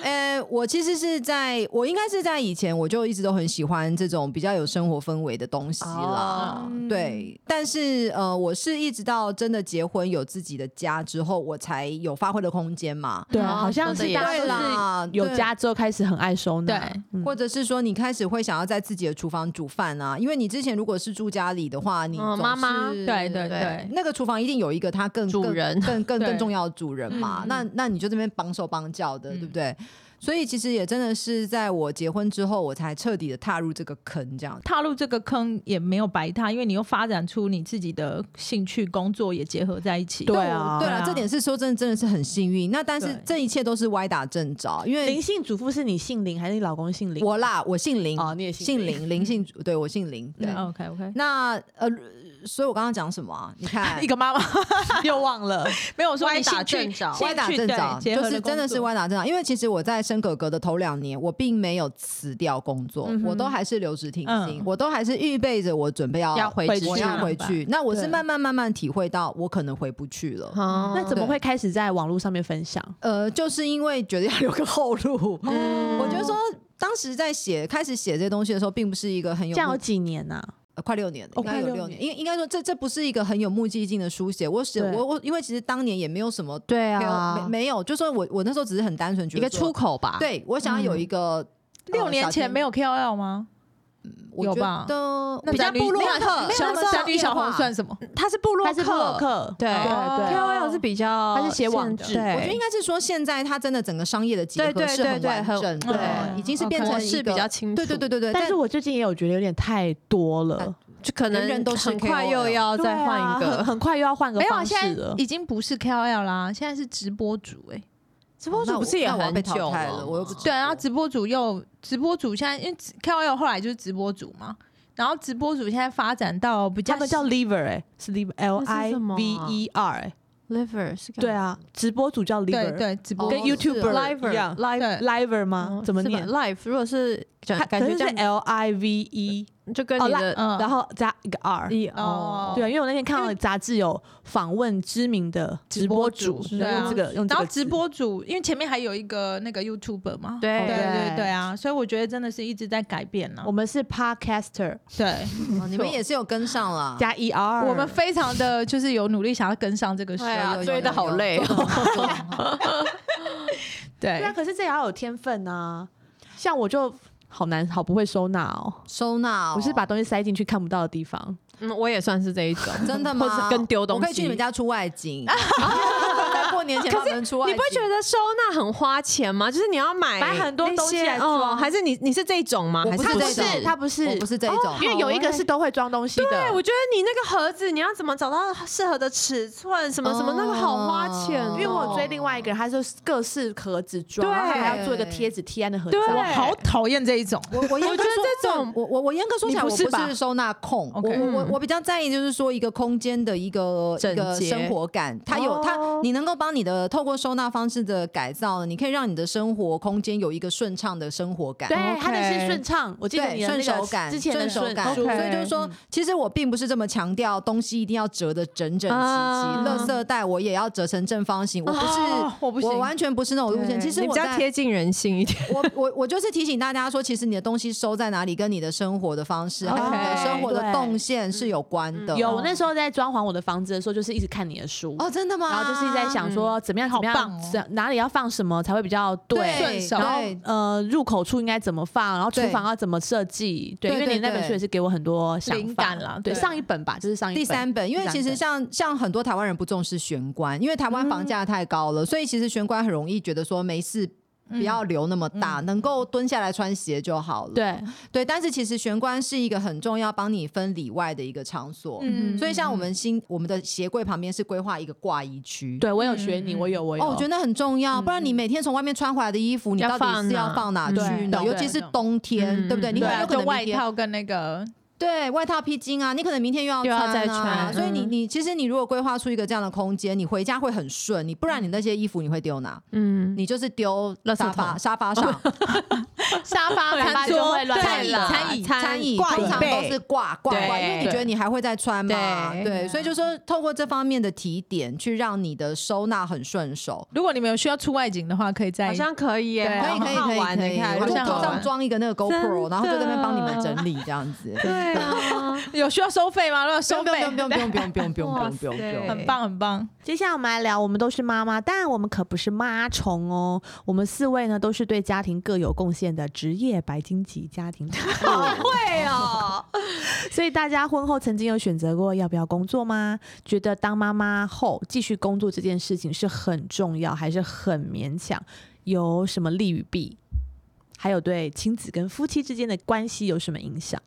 [SPEAKER 2] 呃，我其实是在我应该是在以前我就一直都很喜欢这种比较有生活氛围的东西啦。
[SPEAKER 1] 哦
[SPEAKER 2] 对，但是呃，我是一直到真的结婚有自己的家之后，我才有发挥的空间嘛。
[SPEAKER 1] 对啊，
[SPEAKER 4] 好
[SPEAKER 1] 好像
[SPEAKER 4] 说得
[SPEAKER 1] 是
[SPEAKER 4] 也
[SPEAKER 1] 大家
[SPEAKER 2] 对
[SPEAKER 1] 都是
[SPEAKER 2] 啦，
[SPEAKER 1] 有
[SPEAKER 2] 对
[SPEAKER 1] 家之后开始很爱收纳，
[SPEAKER 3] 对
[SPEAKER 1] 嗯
[SPEAKER 2] 或者是说你开始会想要在自己的厨房煮饭啊，因为你之前如果是住家里的话，你
[SPEAKER 4] 嗯
[SPEAKER 2] 总
[SPEAKER 4] 妈妈
[SPEAKER 2] 是
[SPEAKER 3] 对对
[SPEAKER 2] 对
[SPEAKER 3] 对，
[SPEAKER 2] 那个厨房一定有一个他更
[SPEAKER 4] 主
[SPEAKER 2] 更
[SPEAKER 4] 人
[SPEAKER 2] 更更更
[SPEAKER 3] 对
[SPEAKER 2] 重要的主人嘛。
[SPEAKER 3] 嗯
[SPEAKER 2] 那那你就这边帮手帮脚的，
[SPEAKER 3] 嗯
[SPEAKER 2] 对不对？所以其实也真的是在我结婚之后，我才彻底的踏入这个坑，这样。
[SPEAKER 3] 踏入这个坑也没有白踏，因为你又发展出你自己的兴趣、工作也结合在一起。
[SPEAKER 1] 对啊，
[SPEAKER 2] 对
[SPEAKER 1] 啊
[SPEAKER 2] 了，这点是说真的，真的是很幸运。那但是
[SPEAKER 3] 哦对
[SPEAKER 2] 这一切都是歪打正着，因为
[SPEAKER 1] 灵性主妇是你姓林还是你老公姓林？
[SPEAKER 2] 我啦，我姓林，
[SPEAKER 1] 哦，你也姓
[SPEAKER 2] 姓林，林姓，对我姓林。对，
[SPEAKER 3] ，OK OK。
[SPEAKER 2] 那呃，所以我刚刚讲什么啊？你看
[SPEAKER 3] 一，个妈妈
[SPEAKER 1] 又忘了，
[SPEAKER 3] 没有我说你
[SPEAKER 4] 歪打
[SPEAKER 3] 兴趣
[SPEAKER 4] 正
[SPEAKER 3] 兴
[SPEAKER 4] 着
[SPEAKER 3] 趣
[SPEAKER 2] 歪打正着，
[SPEAKER 3] 对结合
[SPEAKER 2] 就是
[SPEAKER 3] 了
[SPEAKER 2] 真的是
[SPEAKER 3] 工作
[SPEAKER 2] 歪打正着。因为其实我在生哥哥的头两年，我并没有辞掉工作，
[SPEAKER 1] 嗯哼
[SPEAKER 2] 我都还是留职停薪，
[SPEAKER 3] 嗯
[SPEAKER 2] 我都还是预备着我准备要
[SPEAKER 4] 要回
[SPEAKER 1] 回
[SPEAKER 4] 职
[SPEAKER 1] 去
[SPEAKER 2] 我要
[SPEAKER 1] 了
[SPEAKER 2] 回
[SPEAKER 3] 吧
[SPEAKER 2] 去。那我是
[SPEAKER 3] 对
[SPEAKER 2] 慢慢慢慢体会到，我可能回不去了。
[SPEAKER 4] 哦
[SPEAKER 1] 那怎么会开始在网络上面分享？
[SPEAKER 2] 呃，就是因为觉得要有个后路，
[SPEAKER 3] 嗯
[SPEAKER 2] 我觉得说。当时在写开始写这些东西的时候，并不是一个很有
[SPEAKER 1] 这样
[SPEAKER 2] 目
[SPEAKER 1] 有几年呐？
[SPEAKER 2] 呃，快六年了，
[SPEAKER 1] 哦
[SPEAKER 2] 应该有
[SPEAKER 1] 快
[SPEAKER 2] 六
[SPEAKER 1] 六
[SPEAKER 2] 年，
[SPEAKER 1] 年
[SPEAKER 2] 应应该说这这不是一个很有目的性的书写。我写
[SPEAKER 1] 对
[SPEAKER 2] 我我，因为其实当年也没有什么
[SPEAKER 4] 对
[SPEAKER 2] 没有、
[SPEAKER 4] 啊
[SPEAKER 2] 没，没有，就说我我那时候只是很单纯觉
[SPEAKER 4] 一
[SPEAKER 2] 得
[SPEAKER 4] 个出
[SPEAKER 2] 说，
[SPEAKER 4] 口吧。，
[SPEAKER 2] 对我想要有一个、
[SPEAKER 3] 六年前没
[SPEAKER 2] 有，
[SPEAKER 3] 有 KOL 吗？
[SPEAKER 2] 我
[SPEAKER 3] 有
[SPEAKER 2] 觉
[SPEAKER 3] 吧
[SPEAKER 2] 得
[SPEAKER 3] 那
[SPEAKER 2] 比较
[SPEAKER 3] 宅女
[SPEAKER 2] 部落
[SPEAKER 3] 那
[SPEAKER 2] 客，没有
[SPEAKER 3] 小
[SPEAKER 2] 那时候
[SPEAKER 3] 小女小红
[SPEAKER 2] 电话
[SPEAKER 3] 算什么？
[SPEAKER 4] 他是部落哦
[SPEAKER 1] 他是布洛克，
[SPEAKER 4] 对
[SPEAKER 1] 对对
[SPEAKER 4] KOL 是比较，
[SPEAKER 1] 他是写网
[SPEAKER 4] 的，
[SPEAKER 1] 志
[SPEAKER 4] 对，
[SPEAKER 2] 我觉得应该是说，现在它真的整个商业的结
[SPEAKER 4] 对
[SPEAKER 2] 合
[SPEAKER 4] 对
[SPEAKER 2] 是很
[SPEAKER 4] 对对
[SPEAKER 2] 完
[SPEAKER 4] 很
[SPEAKER 2] 整的，
[SPEAKER 3] 对
[SPEAKER 2] 已经是变
[SPEAKER 3] 模
[SPEAKER 2] 成
[SPEAKER 4] 模
[SPEAKER 2] 一
[SPEAKER 4] 式
[SPEAKER 2] 个
[SPEAKER 4] 比较清楚。
[SPEAKER 2] 对对对，对对，
[SPEAKER 1] 但
[SPEAKER 2] 但
[SPEAKER 1] 是我最近也有觉得有点太多了，
[SPEAKER 4] 就可能
[SPEAKER 2] 人人都是
[SPEAKER 4] 很快
[SPEAKER 2] KOL
[SPEAKER 4] 又要再
[SPEAKER 1] 对啊
[SPEAKER 4] 哦换一
[SPEAKER 1] 很
[SPEAKER 4] 个。
[SPEAKER 1] 很快又要换个
[SPEAKER 3] 没有，啊
[SPEAKER 1] 方式
[SPEAKER 3] 现在
[SPEAKER 1] 了。
[SPEAKER 3] 已经不是 KOL 啦，现在是直播主哎、
[SPEAKER 4] 直播
[SPEAKER 2] 那
[SPEAKER 4] 主
[SPEAKER 2] 我
[SPEAKER 4] 不是也
[SPEAKER 2] 那我要被
[SPEAKER 4] 很
[SPEAKER 2] 淘
[SPEAKER 4] 久
[SPEAKER 2] 汰了
[SPEAKER 4] 吗
[SPEAKER 2] 我又不
[SPEAKER 1] 哦
[SPEAKER 2] 知
[SPEAKER 3] 对，啊然后直播主又直播主现在因为 KOL 后来就是直播主嘛，然后直播主现在发展到比较
[SPEAKER 1] 他们叫 Liver 哎，是 Liver L
[SPEAKER 4] 那是
[SPEAKER 1] I
[SPEAKER 4] 什么啊
[SPEAKER 1] V E R 哎，
[SPEAKER 4] liver 是干
[SPEAKER 1] 对
[SPEAKER 4] 嘛，
[SPEAKER 1] 啊，直播主叫
[SPEAKER 3] 对啊
[SPEAKER 1] Liver，
[SPEAKER 3] 对直播
[SPEAKER 2] 哦
[SPEAKER 1] 跟
[SPEAKER 2] 是
[SPEAKER 1] YouTuber 一样
[SPEAKER 3] Live
[SPEAKER 1] ，Liver 吗
[SPEAKER 4] 哦？
[SPEAKER 1] 怎么
[SPEAKER 4] 是吧
[SPEAKER 1] 念？
[SPEAKER 4] live？如果是
[SPEAKER 1] 它
[SPEAKER 4] 感感觉
[SPEAKER 1] 可是
[SPEAKER 4] 这
[SPEAKER 1] 是
[SPEAKER 4] 样
[SPEAKER 1] L I V E，
[SPEAKER 4] 就跟
[SPEAKER 1] 哦
[SPEAKER 4] 你
[SPEAKER 1] ，live，
[SPEAKER 4] 的
[SPEAKER 3] 嗯，
[SPEAKER 1] 然后加一个 R。
[SPEAKER 4] 一
[SPEAKER 3] 哦
[SPEAKER 1] 对，因啊为我那天看到杂志有访问知名的直播主，
[SPEAKER 3] 直播主对啊
[SPEAKER 1] 用这个用这个
[SPEAKER 3] 然后
[SPEAKER 1] 字
[SPEAKER 3] 直播主，因为前面还有一个那个 YouTuber 嘛，
[SPEAKER 4] 对
[SPEAKER 3] 对对
[SPEAKER 1] 对
[SPEAKER 3] 对啊，所以我觉得真的是一直在改变呢、
[SPEAKER 1] 我们是 Podcaster
[SPEAKER 3] 对，
[SPEAKER 2] 哦你们也是有跟上啦。
[SPEAKER 1] 加 E R，
[SPEAKER 3] 啊我们非常的就是有努力想要跟上这个时
[SPEAKER 4] 对啊
[SPEAKER 3] 代，
[SPEAKER 4] 追得好累哦
[SPEAKER 2] 哦。
[SPEAKER 1] 对
[SPEAKER 3] 对
[SPEAKER 1] 啊，可是这也要有天分啊。像我就好难，好不会收纳哦，
[SPEAKER 2] 收纳哦，
[SPEAKER 1] 我是把东西塞进去看不到的地方。
[SPEAKER 4] 嗯，我也算是这一种，
[SPEAKER 2] 真的
[SPEAKER 4] 或
[SPEAKER 2] 吗？
[SPEAKER 4] 是跟丢东西
[SPEAKER 2] 我可以去你们家出外景，在过年前
[SPEAKER 4] 可
[SPEAKER 2] 帮
[SPEAKER 4] 是
[SPEAKER 2] 人出爱
[SPEAKER 4] 你不会
[SPEAKER 2] 情
[SPEAKER 4] 觉得收纳很花钱吗？就是你要买
[SPEAKER 1] 买很多
[SPEAKER 4] 那
[SPEAKER 1] 东西
[SPEAKER 4] 些
[SPEAKER 1] 来
[SPEAKER 4] 哦，
[SPEAKER 1] 装
[SPEAKER 4] 还是你你是这种吗？
[SPEAKER 2] 我
[SPEAKER 4] 还
[SPEAKER 2] 不
[SPEAKER 4] 是
[SPEAKER 1] 他
[SPEAKER 2] 是
[SPEAKER 1] 不
[SPEAKER 2] 这种
[SPEAKER 1] 是，他不是，
[SPEAKER 2] 我不是这一种
[SPEAKER 1] 因为有一个是都会装东西的，
[SPEAKER 4] 对，我觉得你那个盒子，你要怎么找到适合的尺寸，什么什么，那个好花钱哦。
[SPEAKER 1] 因为我有追另外一个人，他就是各式盒子装，然后他还要做一个贴纸贴在那盒子上。
[SPEAKER 4] 对
[SPEAKER 3] 我好讨厌这一种。
[SPEAKER 2] 我我严格
[SPEAKER 4] 哦我觉得
[SPEAKER 2] 说
[SPEAKER 4] 这种
[SPEAKER 2] 我我我严格说起来，
[SPEAKER 3] 你
[SPEAKER 2] 我
[SPEAKER 3] 不是吧
[SPEAKER 2] 不是收纳控，我
[SPEAKER 3] OK
[SPEAKER 2] 我我我比较在意就是说一个空间的一个
[SPEAKER 4] 嗯整
[SPEAKER 2] 一个
[SPEAKER 4] 洁
[SPEAKER 2] 生活感，它有
[SPEAKER 4] 哦
[SPEAKER 2] 它你能够帮你的透过收纳方式的改造，你可以让你的生活空间有一个顺畅的生活感。
[SPEAKER 1] 对，他的是
[SPEAKER 3] OK
[SPEAKER 1] 顺畅，我记得你的
[SPEAKER 2] 对，
[SPEAKER 1] 那
[SPEAKER 2] 顺
[SPEAKER 1] 个
[SPEAKER 2] 手感，
[SPEAKER 1] 之前的
[SPEAKER 2] 顺手感，
[SPEAKER 1] 书
[SPEAKER 2] 所
[SPEAKER 3] OK
[SPEAKER 2] 以就是说，其实我并不是这么强调东西一定要折得整整齐齐，
[SPEAKER 4] 啊
[SPEAKER 2] 垃圾袋我也要折成正方形，我不
[SPEAKER 3] 哦
[SPEAKER 2] 是，
[SPEAKER 3] 我不行
[SPEAKER 2] 我完全不是那种路线。其实
[SPEAKER 4] 你
[SPEAKER 2] 我
[SPEAKER 4] 比较
[SPEAKER 2] 在
[SPEAKER 4] 贴近人性一点。
[SPEAKER 2] 我我我就是提醒大家说，其实你的东西收在哪里，跟你的生活的方式，还有你的
[SPEAKER 3] OK，
[SPEAKER 2] 生活的
[SPEAKER 1] 对嗯
[SPEAKER 2] 动线是有关的。
[SPEAKER 1] 有，我那时候在装潢我的房子的时候，就是一直看你的书，
[SPEAKER 2] 哦，真的吗？
[SPEAKER 1] 然后就是一直在想说怎么样怎
[SPEAKER 3] 好
[SPEAKER 1] 么样
[SPEAKER 3] 棒哦，
[SPEAKER 1] 怎哪里要放什么才会比较嗯对。
[SPEAKER 2] 对
[SPEAKER 3] 顺手
[SPEAKER 1] 然后
[SPEAKER 2] 对
[SPEAKER 1] 呃，入口处应该怎么放，然后厨
[SPEAKER 2] 对
[SPEAKER 1] 房要怎么设计？对，
[SPEAKER 2] 对
[SPEAKER 1] 因为
[SPEAKER 2] 对
[SPEAKER 1] 你那本
[SPEAKER 2] 对
[SPEAKER 1] 书也是给我很多想
[SPEAKER 3] 灵
[SPEAKER 1] 法
[SPEAKER 3] 感啦
[SPEAKER 1] 对，
[SPEAKER 3] 对
[SPEAKER 1] 上一本吧，就是上一
[SPEAKER 2] 第三本，因为
[SPEAKER 1] 第三
[SPEAKER 2] 其实
[SPEAKER 1] 本
[SPEAKER 2] 像像很多台湾人不重视玄关，因为台湾房价太高了，所以其实玄关很容易觉得说没事。
[SPEAKER 4] 嗯
[SPEAKER 2] 不要留那么大，能够蹲下来穿鞋就好了。
[SPEAKER 1] 对，
[SPEAKER 2] 对，但是其实玄关是一个很重要帮你分里外的一个场所。
[SPEAKER 3] 嗯
[SPEAKER 2] 所以像我们新我们的鞋柜旁边是规划一个挂衣区。
[SPEAKER 1] 对我有学你，
[SPEAKER 3] 嗯
[SPEAKER 1] 我有我有。
[SPEAKER 2] 哦，我 觉得很重要，不然你每天从外面穿回来的衣服，你
[SPEAKER 4] 要
[SPEAKER 2] 到底是
[SPEAKER 4] 放
[SPEAKER 2] 要
[SPEAKER 4] 哪
[SPEAKER 2] 放哪
[SPEAKER 1] 嗯
[SPEAKER 2] 去呢？
[SPEAKER 1] 懂
[SPEAKER 2] 尤其是冬天，
[SPEAKER 4] 嗯
[SPEAKER 2] 对不对？你
[SPEAKER 3] 对
[SPEAKER 2] 可能
[SPEAKER 3] 啊，
[SPEAKER 2] 有可
[SPEAKER 3] 就
[SPEAKER 2] 能
[SPEAKER 3] 外
[SPEAKER 2] 明天
[SPEAKER 3] 套跟那个
[SPEAKER 2] 对外套、披巾啊，你可能明天又要
[SPEAKER 4] 又要再
[SPEAKER 2] 啊
[SPEAKER 4] 穿
[SPEAKER 2] 所以你你其实你如果规划出一个这样的空间，你回家会很顺，你不然你那些衣服你会丢哪？
[SPEAKER 4] 嗯，
[SPEAKER 2] 你就是丢
[SPEAKER 4] 垃圾
[SPEAKER 2] 沙发
[SPEAKER 4] 桶
[SPEAKER 2] 沙发上
[SPEAKER 1] 沙发
[SPEAKER 3] 餐
[SPEAKER 1] 盘
[SPEAKER 3] 桌
[SPEAKER 1] 就会乱
[SPEAKER 3] 餐椅
[SPEAKER 1] 啦
[SPEAKER 3] 餐椅
[SPEAKER 2] 餐椅，
[SPEAKER 3] 挂椅
[SPEAKER 2] 通常都
[SPEAKER 3] 背
[SPEAKER 2] 是挂挂
[SPEAKER 1] 对
[SPEAKER 2] 挂，因为你觉得你还会再穿嘛？
[SPEAKER 4] 对
[SPEAKER 2] 对，所以就说透过这方面的提点，去让你的收纳很顺手。
[SPEAKER 3] 如果你们有需要出外景的话，可以在
[SPEAKER 4] 好像可以耶，
[SPEAKER 3] 对
[SPEAKER 2] 可以
[SPEAKER 3] 啊
[SPEAKER 2] 可以可以可以，
[SPEAKER 4] 看
[SPEAKER 2] 我
[SPEAKER 3] 好
[SPEAKER 2] 就
[SPEAKER 3] 像
[SPEAKER 2] 桌
[SPEAKER 3] 好
[SPEAKER 2] 上
[SPEAKER 3] 玩
[SPEAKER 2] 装一个那个 GoPro，
[SPEAKER 4] 真的
[SPEAKER 2] 然后就在那边帮你们整理这样子。
[SPEAKER 4] 对啊，
[SPEAKER 3] 有需要收费吗？如果收
[SPEAKER 2] 不
[SPEAKER 3] 费
[SPEAKER 2] 用，不用不用不用不用不用不用不用不
[SPEAKER 4] 哇塞
[SPEAKER 2] 用，
[SPEAKER 3] 很棒很棒。
[SPEAKER 1] 接下来我们来聊，我们都是妈妈，但我们可不是妈虫哦。我们四位呢，都是对家庭各有贡献的职业白金级家庭主 妇。
[SPEAKER 4] 会哦，
[SPEAKER 1] 所以大家婚后曾经有选择过要不要工作吗？觉得当妈妈后继续工作这件事情是很重要，还是很勉强？有什么利与弊？还有对亲子跟夫妻之间的关系有什么影响？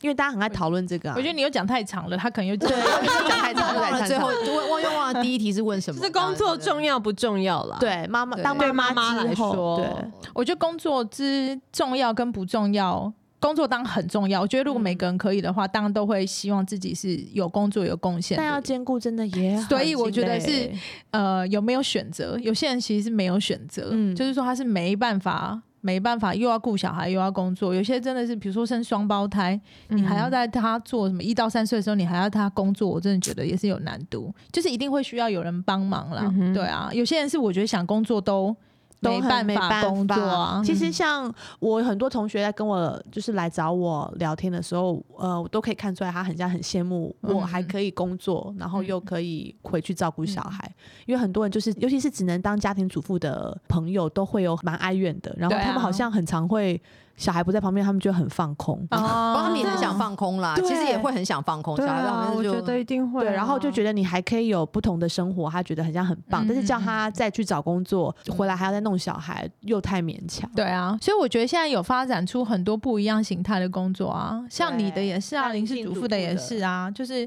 [SPEAKER 1] 因为大家很爱讨论这个、啊，
[SPEAKER 3] 我觉得你又讲太长了，他可能又对
[SPEAKER 1] 太长
[SPEAKER 2] 忘了
[SPEAKER 1] 太
[SPEAKER 2] 最
[SPEAKER 1] 长
[SPEAKER 2] 后，忘忘又忘了第一题是问什么？
[SPEAKER 4] 是工作重
[SPEAKER 2] 要。
[SPEAKER 4] 要不重要啦？，
[SPEAKER 1] 对妈妈
[SPEAKER 2] 对
[SPEAKER 1] 当
[SPEAKER 4] 对
[SPEAKER 1] 妈
[SPEAKER 4] 妈妈来
[SPEAKER 1] 之后
[SPEAKER 4] 说，
[SPEAKER 1] 对
[SPEAKER 3] 我觉得工作之重要跟不重要，工作当然很重要。我觉得如果每个人可以的话，当然都会希望自己是有工作有贡献的
[SPEAKER 1] 但要
[SPEAKER 2] 啊
[SPEAKER 3] 人。
[SPEAKER 1] 兼顾真的也很
[SPEAKER 3] 所以我觉得
[SPEAKER 1] 辛累
[SPEAKER 3] 呃，有没有选择？有些人其实是没有选择，
[SPEAKER 1] 嗯
[SPEAKER 3] 就是说他是没办法。没办法，又要顾小孩，又要工作。有些真的是，比如说生双胞胎，
[SPEAKER 1] 嗯
[SPEAKER 4] 嗯
[SPEAKER 3] 你还要在他做什么一到三岁的时候，你还要他工作，我真的觉得也是有难度，就是一定会需要有人帮忙啦。
[SPEAKER 4] 嗯哼
[SPEAKER 3] 对啊，有些人是我觉得想工作都
[SPEAKER 1] 都很
[SPEAKER 3] 办
[SPEAKER 1] 没办
[SPEAKER 3] 法工作啊，
[SPEAKER 1] 其实像我很多同学在跟我就是来找我聊天的时候，呃，我都可以看出来他很像很羡慕我
[SPEAKER 3] 嗯
[SPEAKER 1] 还可以工作，然后又可以回去照顾小
[SPEAKER 3] 嗯
[SPEAKER 1] 孩。因为很多人就是，尤其是只能当家庭主妇的朋友，都会有蛮哀怨的。然后
[SPEAKER 3] 对啊
[SPEAKER 1] 他们好像很常会小孩不在旁边，他们就很放空。
[SPEAKER 3] 哦
[SPEAKER 2] 他们也很想放空啦，
[SPEAKER 1] 对
[SPEAKER 2] 其实也会很想放空。
[SPEAKER 4] 对
[SPEAKER 2] 小孩在
[SPEAKER 4] 啊
[SPEAKER 2] 旁，
[SPEAKER 4] 我
[SPEAKER 2] 边就
[SPEAKER 4] 觉得一定会啊，
[SPEAKER 1] 对，然后就觉得你还可以有不同的生活，他觉得很像很棒，
[SPEAKER 3] 嗯
[SPEAKER 1] 但是叫他再去找工作，回来还要再弄小孩，又太勉强。
[SPEAKER 3] 对啊，所以我觉得现在有发展出很多不一样形态的工作啊，像你的也是啊，
[SPEAKER 1] 对
[SPEAKER 3] 您是主妇的也
[SPEAKER 1] 像您是主妇
[SPEAKER 3] 是啊，就是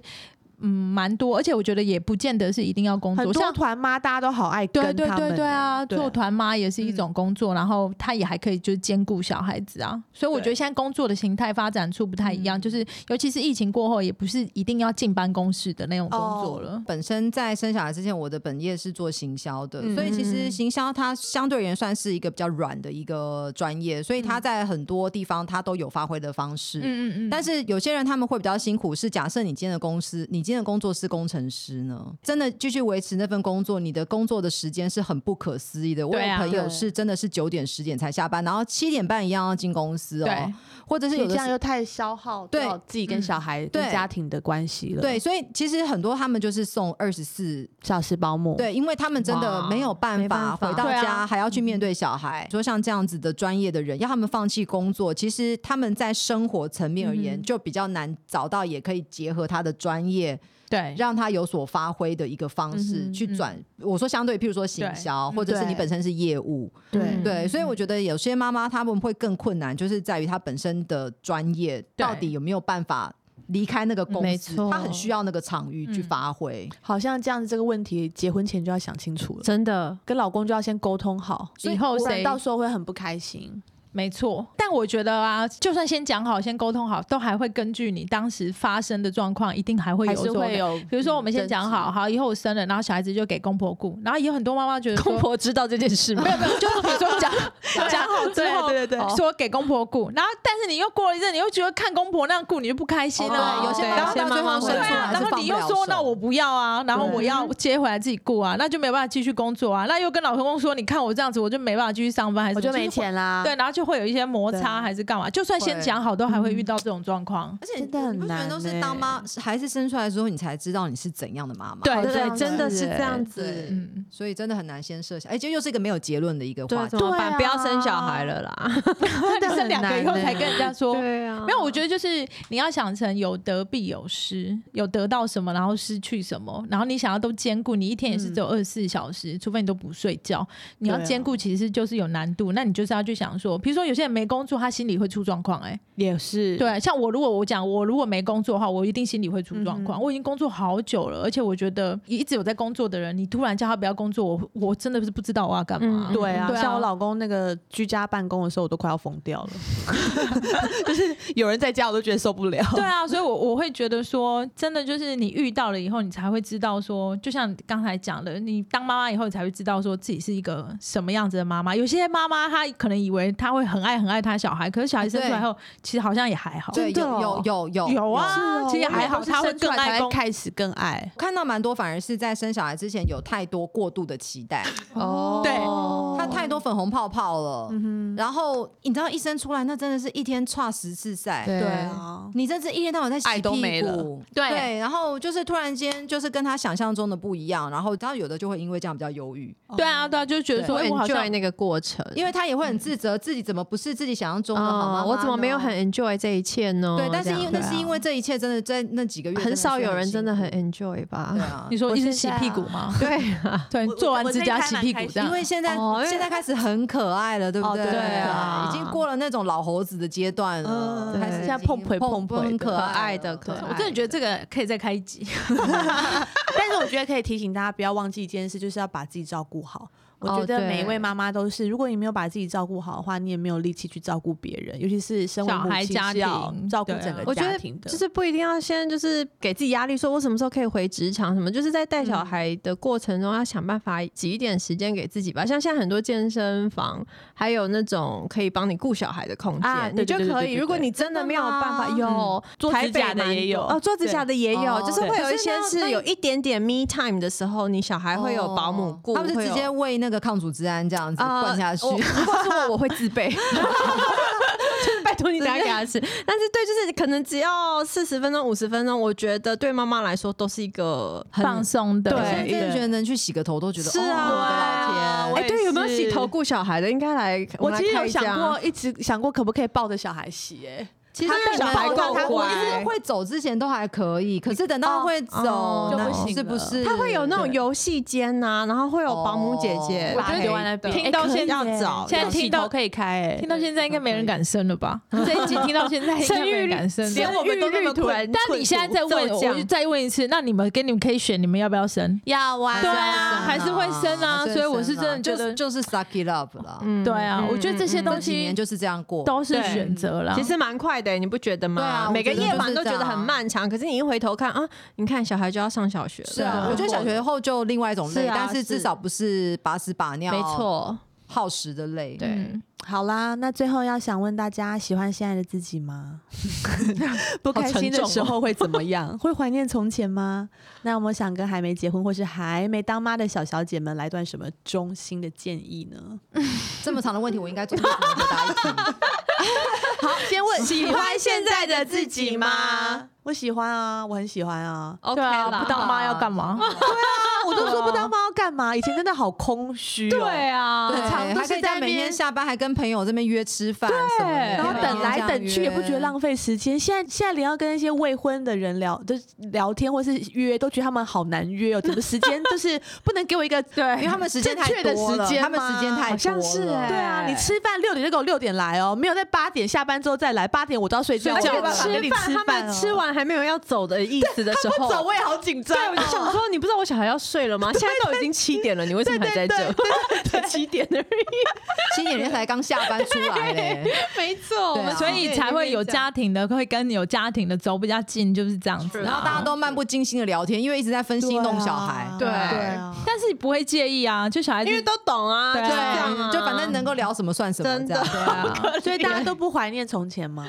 [SPEAKER 3] 嗯，蛮多，而且我觉得也不见得是一定要工
[SPEAKER 1] 很
[SPEAKER 3] 作，
[SPEAKER 1] 多
[SPEAKER 3] 像
[SPEAKER 1] 团妈大家都好爱跟
[SPEAKER 3] 对对
[SPEAKER 1] 他们欸
[SPEAKER 3] 对对啊，
[SPEAKER 1] 对嗯
[SPEAKER 3] 做团妈也是一种工作，然后她也还可以就是兼顾小孩子啊，所以我觉得现在工作的形态发展出不太一
[SPEAKER 1] 嗯
[SPEAKER 3] 样，就是尤其是疫情过后，也不是一定要进办公室的那种工作了。
[SPEAKER 1] 哦
[SPEAKER 2] 本身在生小孩之前，我的本业是做行销的，
[SPEAKER 3] 嗯
[SPEAKER 2] 所以其实行销它相对而言算是一个比较软的一个专业，所以它在很多地方它都有发挥的方式。
[SPEAKER 3] 嗯嗯嗯嗯，
[SPEAKER 2] 但是有些人他们会比较辛苦，是假设你今天的公司，你今天的工作是工程师呢，真的继续维持那份工作，你的工作的时间是很不可思议的。我
[SPEAKER 3] 对
[SPEAKER 2] 有
[SPEAKER 3] 啊
[SPEAKER 2] 朋友是真的是九点十点才下班，然后七点半一样要进公司哦
[SPEAKER 3] 对，
[SPEAKER 2] 或者是
[SPEAKER 1] 你
[SPEAKER 2] 有
[SPEAKER 1] 这
[SPEAKER 2] 的
[SPEAKER 1] 样
[SPEAKER 2] 是。
[SPEAKER 1] 又太消耗
[SPEAKER 2] 对
[SPEAKER 1] 掉自己跟小孩、
[SPEAKER 3] 嗯
[SPEAKER 1] 跟
[SPEAKER 2] 对
[SPEAKER 1] 家庭的关系了。
[SPEAKER 2] 对，，所以其实很多他们就是送二十四
[SPEAKER 1] 小时保姆。
[SPEAKER 2] 对，因为他们真的
[SPEAKER 1] 哇
[SPEAKER 2] 没有办
[SPEAKER 4] 没
[SPEAKER 2] 法
[SPEAKER 4] 办法
[SPEAKER 2] 回到
[SPEAKER 3] 对啊
[SPEAKER 2] 家，还要去面对小孩。说像这样子的专业的人，要他们放弃工作，其实他们在生活层面而言就比较难找到，也可以结合他的专业
[SPEAKER 3] 对，
[SPEAKER 2] 让他有所发挥的一个方式、
[SPEAKER 1] 嗯哼
[SPEAKER 2] 去转。我说相对，譬如说行销，或者是你
[SPEAKER 1] 对嗯
[SPEAKER 2] 本身是业务，
[SPEAKER 3] 嗯
[SPEAKER 1] 对
[SPEAKER 2] 对，所以我觉得有些妈妈她们会更困难，就是在于她本身的专业到底有没有办法离开那个公
[SPEAKER 4] 没
[SPEAKER 2] 司，
[SPEAKER 4] 错
[SPEAKER 2] 她很需要那个场域去
[SPEAKER 3] 嗯
[SPEAKER 2] 发挥。
[SPEAKER 1] 好像这样子这个问题，结婚前就要想清楚了，
[SPEAKER 4] 真的，
[SPEAKER 1] 跟老公就要先沟通好，
[SPEAKER 3] 以后
[SPEAKER 1] 不然
[SPEAKER 3] 谁
[SPEAKER 1] 到时候会很不开心。
[SPEAKER 3] 没错，但我觉得啊，就算先讲好、先沟通好，都还会根据你当时发生的状况，一定还会
[SPEAKER 1] 还
[SPEAKER 3] 有
[SPEAKER 1] 是
[SPEAKER 3] 所
[SPEAKER 1] 会有
[SPEAKER 3] 比如说，我们先讲好，
[SPEAKER 1] 嗯
[SPEAKER 3] 好，以后我生了，然后小孩子就给公婆顾，然后也有很多妈妈觉得说
[SPEAKER 4] 公婆知道这件事吗？
[SPEAKER 3] 没有没有，就是比如说讲讲好之后，
[SPEAKER 1] 对对对对
[SPEAKER 3] 说给公婆顾，然后但是你又过了一阵，你又觉得看公婆那样顾，你就不开心啊。
[SPEAKER 2] 对，有些
[SPEAKER 3] 对
[SPEAKER 2] 妈
[SPEAKER 3] 然
[SPEAKER 2] 妈
[SPEAKER 3] 后
[SPEAKER 2] 到最
[SPEAKER 5] 对啊
[SPEAKER 3] 对
[SPEAKER 2] 后生出来
[SPEAKER 3] 啊，
[SPEAKER 2] 还
[SPEAKER 3] 然
[SPEAKER 2] 是
[SPEAKER 3] 后
[SPEAKER 2] 放
[SPEAKER 3] 你
[SPEAKER 2] 不
[SPEAKER 3] 又
[SPEAKER 2] 了
[SPEAKER 3] 说
[SPEAKER 2] 手
[SPEAKER 3] 那我不要啊，然后我要接回来自己顾啊，那就没办法继续工作啊，那又跟老公说，你看我这样子，我就没办法继续上班，还是
[SPEAKER 1] 我就
[SPEAKER 3] 什么
[SPEAKER 1] 没。钱啦。
[SPEAKER 3] 是会对，然后就会有一些摩
[SPEAKER 1] 啊对
[SPEAKER 3] 擦还是干嘛，就算先
[SPEAKER 2] 会
[SPEAKER 3] 讲好，都还会遇到这种状况。
[SPEAKER 2] 而且
[SPEAKER 1] 真的很
[SPEAKER 2] 你不觉得
[SPEAKER 1] 难
[SPEAKER 2] 都
[SPEAKER 1] 欸
[SPEAKER 2] 是当妈孩子生出来之后，你才知道你是怎样的妈妈。
[SPEAKER 3] 对
[SPEAKER 1] 好像
[SPEAKER 5] 对，真的是
[SPEAKER 1] 欸
[SPEAKER 5] 这样子。
[SPEAKER 2] 对
[SPEAKER 3] 嗯，
[SPEAKER 2] 所以真的很难先设想，哎、这又是一个没有结论的一个话
[SPEAKER 5] 对，
[SPEAKER 2] 题
[SPEAKER 5] 怎。么
[SPEAKER 1] 对
[SPEAKER 5] 办？
[SPEAKER 1] 啊
[SPEAKER 5] 不要生小孩了啦。
[SPEAKER 3] 那你生两个以后才跟人家
[SPEAKER 1] 嗯
[SPEAKER 3] 说，
[SPEAKER 5] 欸对啊
[SPEAKER 3] 没有，我觉得就是你要想成有得必有失，有得到什么，然后失去什么，然后你想要都兼顾，你一天也是只有二十四小时，除非你都不睡觉，你要
[SPEAKER 1] 嗯对啊
[SPEAKER 3] 兼顾其实就是有难度。那你就是要去想说，比如说有些人没工作，他心里会出状况、哎，
[SPEAKER 1] 也是，
[SPEAKER 3] 对，像我如果我讲我如果没工作的话，我一定心里会出
[SPEAKER 1] 嗯
[SPEAKER 3] 状况。我已经工作好久了，而且我觉得一直有在工作的人，你突然叫他不要工作，我我真的是不知道我要干嘛。
[SPEAKER 4] 嗯
[SPEAKER 1] 对啊，
[SPEAKER 3] 对啊
[SPEAKER 1] 像我老公那个居家办公的时候，我都快要疯掉了， 就是有人在家我都觉得受不了。
[SPEAKER 3] 对啊，所以我我会觉得说，真的就是你遇到了以后，你才会知道说，就像刚才讲的，你当妈妈以后，你才会知道说自己是一个什么样子的妈妈。有些妈妈她可能以为她会很爱很爱她小孩，可是小孩生出来后，其实好像也还好。
[SPEAKER 2] 对，
[SPEAKER 1] 真的
[SPEAKER 2] 有有
[SPEAKER 1] 哦
[SPEAKER 2] 有有
[SPEAKER 3] 有啊
[SPEAKER 1] 是哦
[SPEAKER 3] 其实
[SPEAKER 1] 我以为
[SPEAKER 3] 还好
[SPEAKER 1] 都是
[SPEAKER 3] 他会
[SPEAKER 1] 生出来
[SPEAKER 3] 更爱
[SPEAKER 1] 才
[SPEAKER 3] 公
[SPEAKER 1] 开始更爱
[SPEAKER 2] 我看到蛮多，反而是在生小孩之前有太多过度的期待，
[SPEAKER 5] 哦
[SPEAKER 3] 对
[SPEAKER 2] 他太多粉红泡泡了。
[SPEAKER 1] 嗯
[SPEAKER 2] 然后你知道一生出来，那真的是一天差十次赛。
[SPEAKER 4] 对
[SPEAKER 1] 啊，
[SPEAKER 2] 你真是一天到晚在洗
[SPEAKER 1] 爱
[SPEAKER 2] 屁
[SPEAKER 1] 都没了
[SPEAKER 2] 股，
[SPEAKER 4] 对
[SPEAKER 2] 对，然后就是突然间就是跟他想象中的不一样，然后然后有的就会因为这样比较忧郁，
[SPEAKER 3] 对啊，对啊，就是觉得说，
[SPEAKER 4] 我
[SPEAKER 3] 哎，我好像
[SPEAKER 4] enjoy 那个过程，
[SPEAKER 2] 因为他也会很自责自己怎么不是自己想象中的好妈妈
[SPEAKER 4] 啊，
[SPEAKER 2] 呢
[SPEAKER 4] 我怎么没有很 enjoy 这一切呢？
[SPEAKER 2] 对，但是
[SPEAKER 4] 这样
[SPEAKER 2] 因为
[SPEAKER 4] 对
[SPEAKER 2] 那
[SPEAKER 4] 啊
[SPEAKER 2] 是因为这一切真的在那几个月
[SPEAKER 4] 很少有人真的很
[SPEAKER 2] 辛
[SPEAKER 4] enjoy 吧
[SPEAKER 2] 苦对？啊
[SPEAKER 3] 你，说
[SPEAKER 1] 我
[SPEAKER 3] 一直洗
[SPEAKER 1] 现在
[SPEAKER 3] 屁
[SPEAKER 1] 啊
[SPEAKER 3] 股吗？
[SPEAKER 4] 对啊，
[SPEAKER 3] 对，
[SPEAKER 1] 我
[SPEAKER 3] 做完
[SPEAKER 1] 我
[SPEAKER 3] 指
[SPEAKER 1] 这一
[SPEAKER 3] 甲
[SPEAKER 1] 开
[SPEAKER 3] 洗
[SPEAKER 1] 蛮
[SPEAKER 3] 屁
[SPEAKER 1] 开
[SPEAKER 3] 股
[SPEAKER 1] 心
[SPEAKER 3] 这样。
[SPEAKER 2] 因为现在、
[SPEAKER 4] 哦因为
[SPEAKER 2] 现在开始很可爱了，对不
[SPEAKER 1] 哦
[SPEAKER 2] 对？
[SPEAKER 1] 对
[SPEAKER 4] 啊
[SPEAKER 2] 已经过了那种老猴子的阶段了，
[SPEAKER 1] 嗯
[SPEAKER 2] 开始
[SPEAKER 1] 现在
[SPEAKER 2] 已经
[SPEAKER 1] 碰腿碰腿的
[SPEAKER 2] 很可
[SPEAKER 4] 可
[SPEAKER 2] 爱了
[SPEAKER 4] 爱的啊可爱
[SPEAKER 3] 我真的觉得这个可以再开一集。
[SPEAKER 1] 但是我觉得可以提醒大家不要忘记一件事，就是要把自己照顾好。我
[SPEAKER 4] 哦
[SPEAKER 1] 觉得每一
[SPEAKER 4] 对
[SPEAKER 1] 位妈妈都是，如果你没有把自己照顾好的话，你也没有力气去照顾别人，尤其是身为
[SPEAKER 3] 小
[SPEAKER 1] 母
[SPEAKER 3] 孩
[SPEAKER 1] 亲
[SPEAKER 3] 家
[SPEAKER 1] 是要
[SPEAKER 3] 庭
[SPEAKER 1] 照顾
[SPEAKER 3] 对啊
[SPEAKER 1] 整个
[SPEAKER 4] 我觉
[SPEAKER 1] 家
[SPEAKER 4] 得
[SPEAKER 1] 庭 的，
[SPEAKER 4] 就是不一定要先就是给自己压力，说我什么时候可以回职场什么，就是在带小孩的过程中要想办法挤一点时间给自己吧。像现在很多健身房，还有那种可以帮你顾小孩的空间，
[SPEAKER 1] 啊对
[SPEAKER 4] 你就
[SPEAKER 1] 对对
[SPEAKER 4] 可
[SPEAKER 1] 对对
[SPEAKER 4] 以。
[SPEAKER 1] 对
[SPEAKER 4] 如果你真的没有办法，
[SPEAKER 1] 的吗
[SPEAKER 2] 真
[SPEAKER 4] 有
[SPEAKER 1] 嗯做
[SPEAKER 4] 台
[SPEAKER 1] 指甲
[SPEAKER 4] 北
[SPEAKER 1] 的
[SPEAKER 4] 蛮
[SPEAKER 1] 也
[SPEAKER 4] 多
[SPEAKER 1] 有
[SPEAKER 4] 哦，做指甲的也有，
[SPEAKER 2] 哦
[SPEAKER 4] 就是会有一些
[SPEAKER 2] 可是那
[SPEAKER 4] 是有一点点 me time 的时候，你小孩会有保姆顾，
[SPEAKER 2] 哦他们就
[SPEAKER 4] 会有
[SPEAKER 2] 直接喂那个抗组织胺这样子
[SPEAKER 4] 啊
[SPEAKER 2] 灌下去。
[SPEAKER 4] 我如果是我，我会自 备。就是拜托你打给他吃， 但是对，就是可能只要四十分钟、五十分钟，我觉得对妈妈来说都是一个很
[SPEAKER 3] 放松的，
[SPEAKER 4] 对
[SPEAKER 2] 现在真的觉得能去洗个头都觉得
[SPEAKER 4] 是啊
[SPEAKER 2] 哦
[SPEAKER 1] 对
[SPEAKER 2] 我的
[SPEAKER 1] 啊
[SPEAKER 2] 老天，
[SPEAKER 1] 我
[SPEAKER 4] 哎、
[SPEAKER 1] 也
[SPEAKER 4] 对，有没有
[SPEAKER 1] 是
[SPEAKER 4] 洗头顾小孩的？应该来，
[SPEAKER 1] 我
[SPEAKER 4] 们来
[SPEAKER 1] 其实
[SPEAKER 4] 开
[SPEAKER 1] 有
[SPEAKER 4] 一家
[SPEAKER 1] 想过，，一直想过可不可以抱着小孩洗、欸，
[SPEAKER 2] 其实
[SPEAKER 1] 他对
[SPEAKER 2] 小孩
[SPEAKER 1] 小孩
[SPEAKER 2] 够
[SPEAKER 1] 够
[SPEAKER 2] 我
[SPEAKER 1] 乖
[SPEAKER 2] 一直会走之前都还可以，可是等到会走
[SPEAKER 4] 哦
[SPEAKER 1] 就
[SPEAKER 2] 那
[SPEAKER 1] 不行
[SPEAKER 2] 是不
[SPEAKER 1] 了
[SPEAKER 2] 是？
[SPEAKER 4] 他会有那种游戏间呐、然后会有保姆姐姐
[SPEAKER 2] 哦我
[SPEAKER 1] 把它
[SPEAKER 2] 觉得
[SPEAKER 4] 啊
[SPEAKER 1] 丢在那边，
[SPEAKER 3] 听
[SPEAKER 1] 欸
[SPEAKER 3] 到
[SPEAKER 1] 可
[SPEAKER 3] 现
[SPEAKER 1] 要
[SPEAKER 3] 在
[SPEAKER 1] 找，
[SPEAKER 3] 现在
[SPEAKER 1] 有
[SPEAKER 3] 听
[SPEAKER 1] 洗
[SPEAKER 3] 到
[SPEAKER 1] 头可以开、欸，
[SPEAKER 3] 听到现在应该没人敢生了吧？这一集听到现在应该没人敢生了。
[SPEAKER 1] 连我们都那么
[SPEAKER 4] 生育率突
[SPEAKER 1] 困
[SPEAKER 4] 然
[SPEAKER 3] 但你现在再问，
[SPEAKER 4] 骤
[SPEAKER 3] 我
[SPEAKER 4] 降
[SPEAKER 3] 就再问一次，那你们跟你们可以选，你们要不要生？
[SPEAKER 1] 要玩
[SPEAKER 3] 对啊还是会生啊
[SPEAKER 2] 还是会
[SPEAKER 3] 所以我是
[SPEAKER 2] 生啊
[SPEAKER 3] 真的觉
[SPEAKER 2] 就是
[SPEAKER 3] 得
[SPEAKER 2] 就是 suck it up 啦。
[SPEAKER 4] 嗯
[SPEAKER 3] 对啊，我觉得这些啊
[SPEAKER 2] 这
[SPEAKER 3] 东
[SPEAKER 2] 几
[SPEAKER 3] 西
[SPEAKER 2] 年就是这样过，
[SPEAKER 3] 都是
[SPEAKER 4] 对
[SPEAKER 3] 选择啦。
[SPEAKER 4] 其实蛮快的、你不觉得吗？
[SPEAKER 2] 对啊我
[SPEAKER 4] 每个
[SPEAKER 2] 觉得
[SPEAKER 4] 夜
[SPEAKER 2] 就是
[SPEAKER 4] 晚都
[SPEAKER 2] 这
[SPEAKER 4] 觉得
[SPEAKER 2] 样
[SPEAKER 4] 很
[SPEAKER 2] 啊
[SPEAKER 4] 漫长，可是你一回头看啊，你看小孩就要上小学了，
[SPEAKER 2] 是啊，我觉得小学后就另外一种累，
[SPEAKER 4] 是啊
[SPEAKER 2] 但是至少不是把屎把尿，
[SPEAKER 4] 没，错，
[SPEAKER 2] 耗时的累。嗯
[SPEAKER 4] 对。
[SPEAKER 1] 好啦，那最后要想问大家，喜欢现在的自己吗？ 不开心的时候会怎么样？哦 会怀念从前吗？那有没有想跟还没结婚或是还没当妈的小小姐们来段什么衷心的建议呢？
[SPEAKER 2] 这么长的问题，我应该总结怎么回答一题？
[SPEAKER 1] 好，先问喜
[SPEAKER 4] 欢现在的自己吗？
[SPEAKER 1] 我喜欢啊，我很喜欢啊。
[SPEAKER 4] OK
[SPEAKER 3] 对啊，
[SPEAKER 4] 啦，
[SPEAKER 3] 不当妈要干嘛？
[SPEAKER 1] 啊，我我都说不当妈要干嘛？以前真的好空虚、哦，
[SPEAKER 6] 对啊，
[SPEAKER 1] 很常都
[SPEAKER 2] 还可
[SPEAKER 1] 是在
[SPEAKER 2] 以在
[SPEAKER 1] 那
[SPEAKER 2] 每天
[SPEAKER 1] 边
[SPEAKER 2] 下班还跟朋友这边约吃饭什么的，
[SPEAKER 6] 对
[SPEAKER 1] 然后等来等去也不觉得浪
[SPEAKER 2] 费。
[SPEAKER 1] 费时间。现在现在连要跟一些未婚的人聊，就是聊天或是约，都觉得他们好难约哦。怎么时 间就是不能给我一个对
[SPEAKER 2] 因为他们时间
[SPEAKER 1] 正
[SPEAKER 2] 太
[SPEAKER 1] 确的
[SPEAKER 2] 多了，
[SPEAKER 1] 时间
[SPEAKER 2] 他们时间太
[SPEAKER 6] 好像
[SPEAKER 2] 多
[SPEAKER 6] 是
[SPEAKER 2] 了
[SPEAKER 6] 欸
[SPEAKER 1] 对啊，你吃饭六点就给我六点来哦，没有在八点下班之后再来，八点我都要睡觉
[SPEAKER 6] 而
[SPEAKER 1] 了，
[SPEAKER 6] 且
[SPEAKER 1] 我没办法跟
[SPEAKER 6] 吃
[SPEAKER 1] 你
[SPEAKER 6] 饭，他们
[SPEAKER 1] 哦
[SPEAKER 6] 吃完还没有要走的意思的时
[SPEAKER 1] 不
[SPEAKER 6] 候，
[SPEAKER 1] 走我也好紧张
[SPEAKER 6] 对，我就
[SPEAKER 1] 哦。
[SPEAKER 6] 想说，你不知道我小孩要睡了吗？现在都已经七点了，你为什么还在这？七点而已。
[SPEAKER 2] 七点人家才刚下班出来嘞，
[SPEAKER 6] 没错
[SPEAKER 2] 对啊
[SPEAKER 3] 所以才会有家庭的，会跟有家庭的走比较近，就是这样子。啊
[SPEAKER 6] 是
[SPEAKER 2] 然后大家都漫不经心的聊天，因为一直在分心弄小孩，
[SPEAKER 1] 啊对啊
[SPEAKER 6] 对
[SPEAKER 1] 对啊
[SPEAKER 3] 但是不会介意啊，就小孩子
[SPEAKER 6] 因为都懂啊，
[SPEAKER 3] 对
[SPEAKER 6] 就是这样啊
[SPEAKER 2] 对，就反正能够聊什么算什么，
[SPEAKER 6] 真
[SPEAKER 2] 这
[SPEAKER 6] 的
[SPEAKER 2] 样。
[SPEAKER 3] 对啊，
[SPEAKER 1] 所以大家都不怀念从前吗？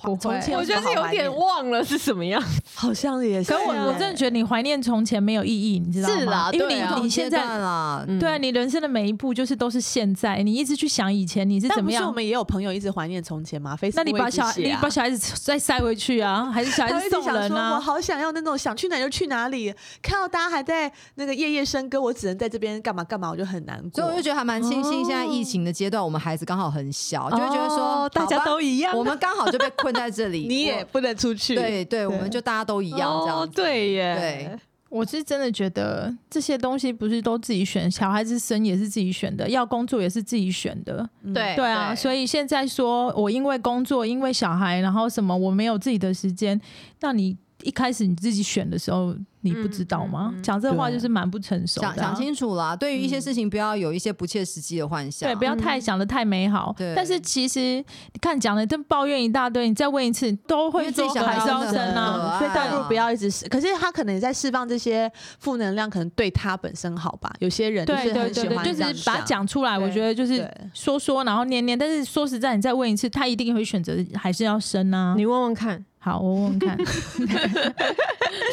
[SPEAKER 3] 不会
[SPEAKER 1] 从前
[SPEAKER 6] 我觉得是有点忘了是什么样。
[SPEAKER 1] 好像也是
[SPEAKER 3] 可
[SPEAKER 1] 欸。
[SPEAKER 3] 是我我真的觉得你怀念从前没有意义，你知道吗？
[SPEAKER 6] 啊是啦
[SPEAKER 3] 因为
[SPEAKER 6] 对
[SPEAKER 3] 你、
[SPEAKER 6] 啊
[SPEAKER 3] 你现在
[SPEAKER 2] 啦，
[SPEAKER 3] 对啊，你人生的每一步就是都是现在，你一直去想以前你是
[SPEAKER 1] 但
[SPEAKER 3] 怎
[SPEAKER 1] 不
[SPEAKER 3] 么
[SPEAKER 1] 是我
[SPEAKER 3] 样。
[SPEAKER 1] 们也有朋友一直怀念从前吗？非
[SPEAKER 3] 那你把小孩，
[SPEAKER 6] 我也是
[SPEAKER 3] 你
[SPEAKER 6] 啊
[SPEAKER 3] 把小孩子再塞回去啊，还是小孩
[SPEAKER 1] 他一
[SPEAKER 3] 子
[SPEAKER 1] 直
[SPEAKER 3] 送
[SPEAKER 1] 想
[SPEAKER 3] 人
[SPEAKER 1] 说，我
[SPEAKER 3] 啊？
[SPEAKER 1] 好想要那种想去哪就去哪里，看到大家还在那个夜夜笙歌，我只能在这边干嘛干嘛，我就很难过。
[SPEAKER 2] 所以我就觉得还蛮庆幸，现在疫情的阶段，我们孩子刚好很小，就会觉得说
[SPEAKER 6] 哦大家都一
[SPEAKER 2] 好
[SPEAKER 6] 样
[SPEAKER 2] 吧，我们刚好就被困在这 里，
[SPEAKER 1] 你也
[SPEAKER 2] 我
[SPEAKER 1] 不能出去，
[SPEAKER 2] 对对，我们就大家都一样这
[SPEAKER 6] 哦
[SPEAKER 2] 样子，
[SPEAKER 6] 对耶，
[SPEAKER 2] 对，
[SPEAKER 3] 我是真的觉得这些东西不是都自己选，小孩子生也是自己选的，要工作也是自己选的。
[SPEAKER 1] 嗯
[SPEAKER 6] 对
[SPEAKER 3] 对啊，所以现在说我因为工作，因为小孩，然后什么我没有自己的时间，那你一开始你自己选的时候，你不知道吗？
[SPEAKER 6] 嗯嗯嗯
[SPEAKER 3] 讲这话
[SPEAKER 1] 对
[SPEAKER 3] 就是蛮不成熟的啊、
[SPEAKER 2] 想想清楚啦，对于一些事情不要有一些不切实际的幻想，
[SPEAKER 3] 对，不要太想的太美好。
[SPEAKER 2] 对
[SPEAKER 3] 但是其实你看讲了这抱怨一大堆，你再问一次都
[SPEAKER 2] 因
[SPEAKER 3] 会
[SPEAKER 2] 为自己
[SPEAKER 3] 做
[SPEAKER 2] 小
[SPEAKER 3] 海
[SPEAKER 2] 孩
[SPEAKER 3] 招生
[SPEAKER 2] 真的很可
[SPEAKER 3] 啊。
[SPEAKER 2] 爱
[SPEAKER 1] 所以倒不如
[SPEAKER 2] 啊
[SPEAKER 1] 不要一直是，可是他可能也在释放这些负能量，可能对他本身好吧。有些人就
[SPEAKER 3] 对
[SPEAKER 1] 是
[SPEAKER 3] 对
[SPEAKER 1] 很
[SPEAKER 3] 对
[SPEAKER 1] 喜欢
[SPEAKER 3] 对，就
[SPEAKER 1] 这样
[SPEAKER 3] 是把它
[SPEAKER 1] 想，
[SPEAKER 3] 讲出来，我
[SPEAKER 1] 对
[SPEAKER 3] 觉得就是
[SPEAKER 1] 对
[SPEAKER 3] 说说，然后念念。但是说实在，你再问一次，他一定会选择还是要生啊。
[SPEAKER 6] 你问问看，
[SPEAKER 3] 好，我问问看，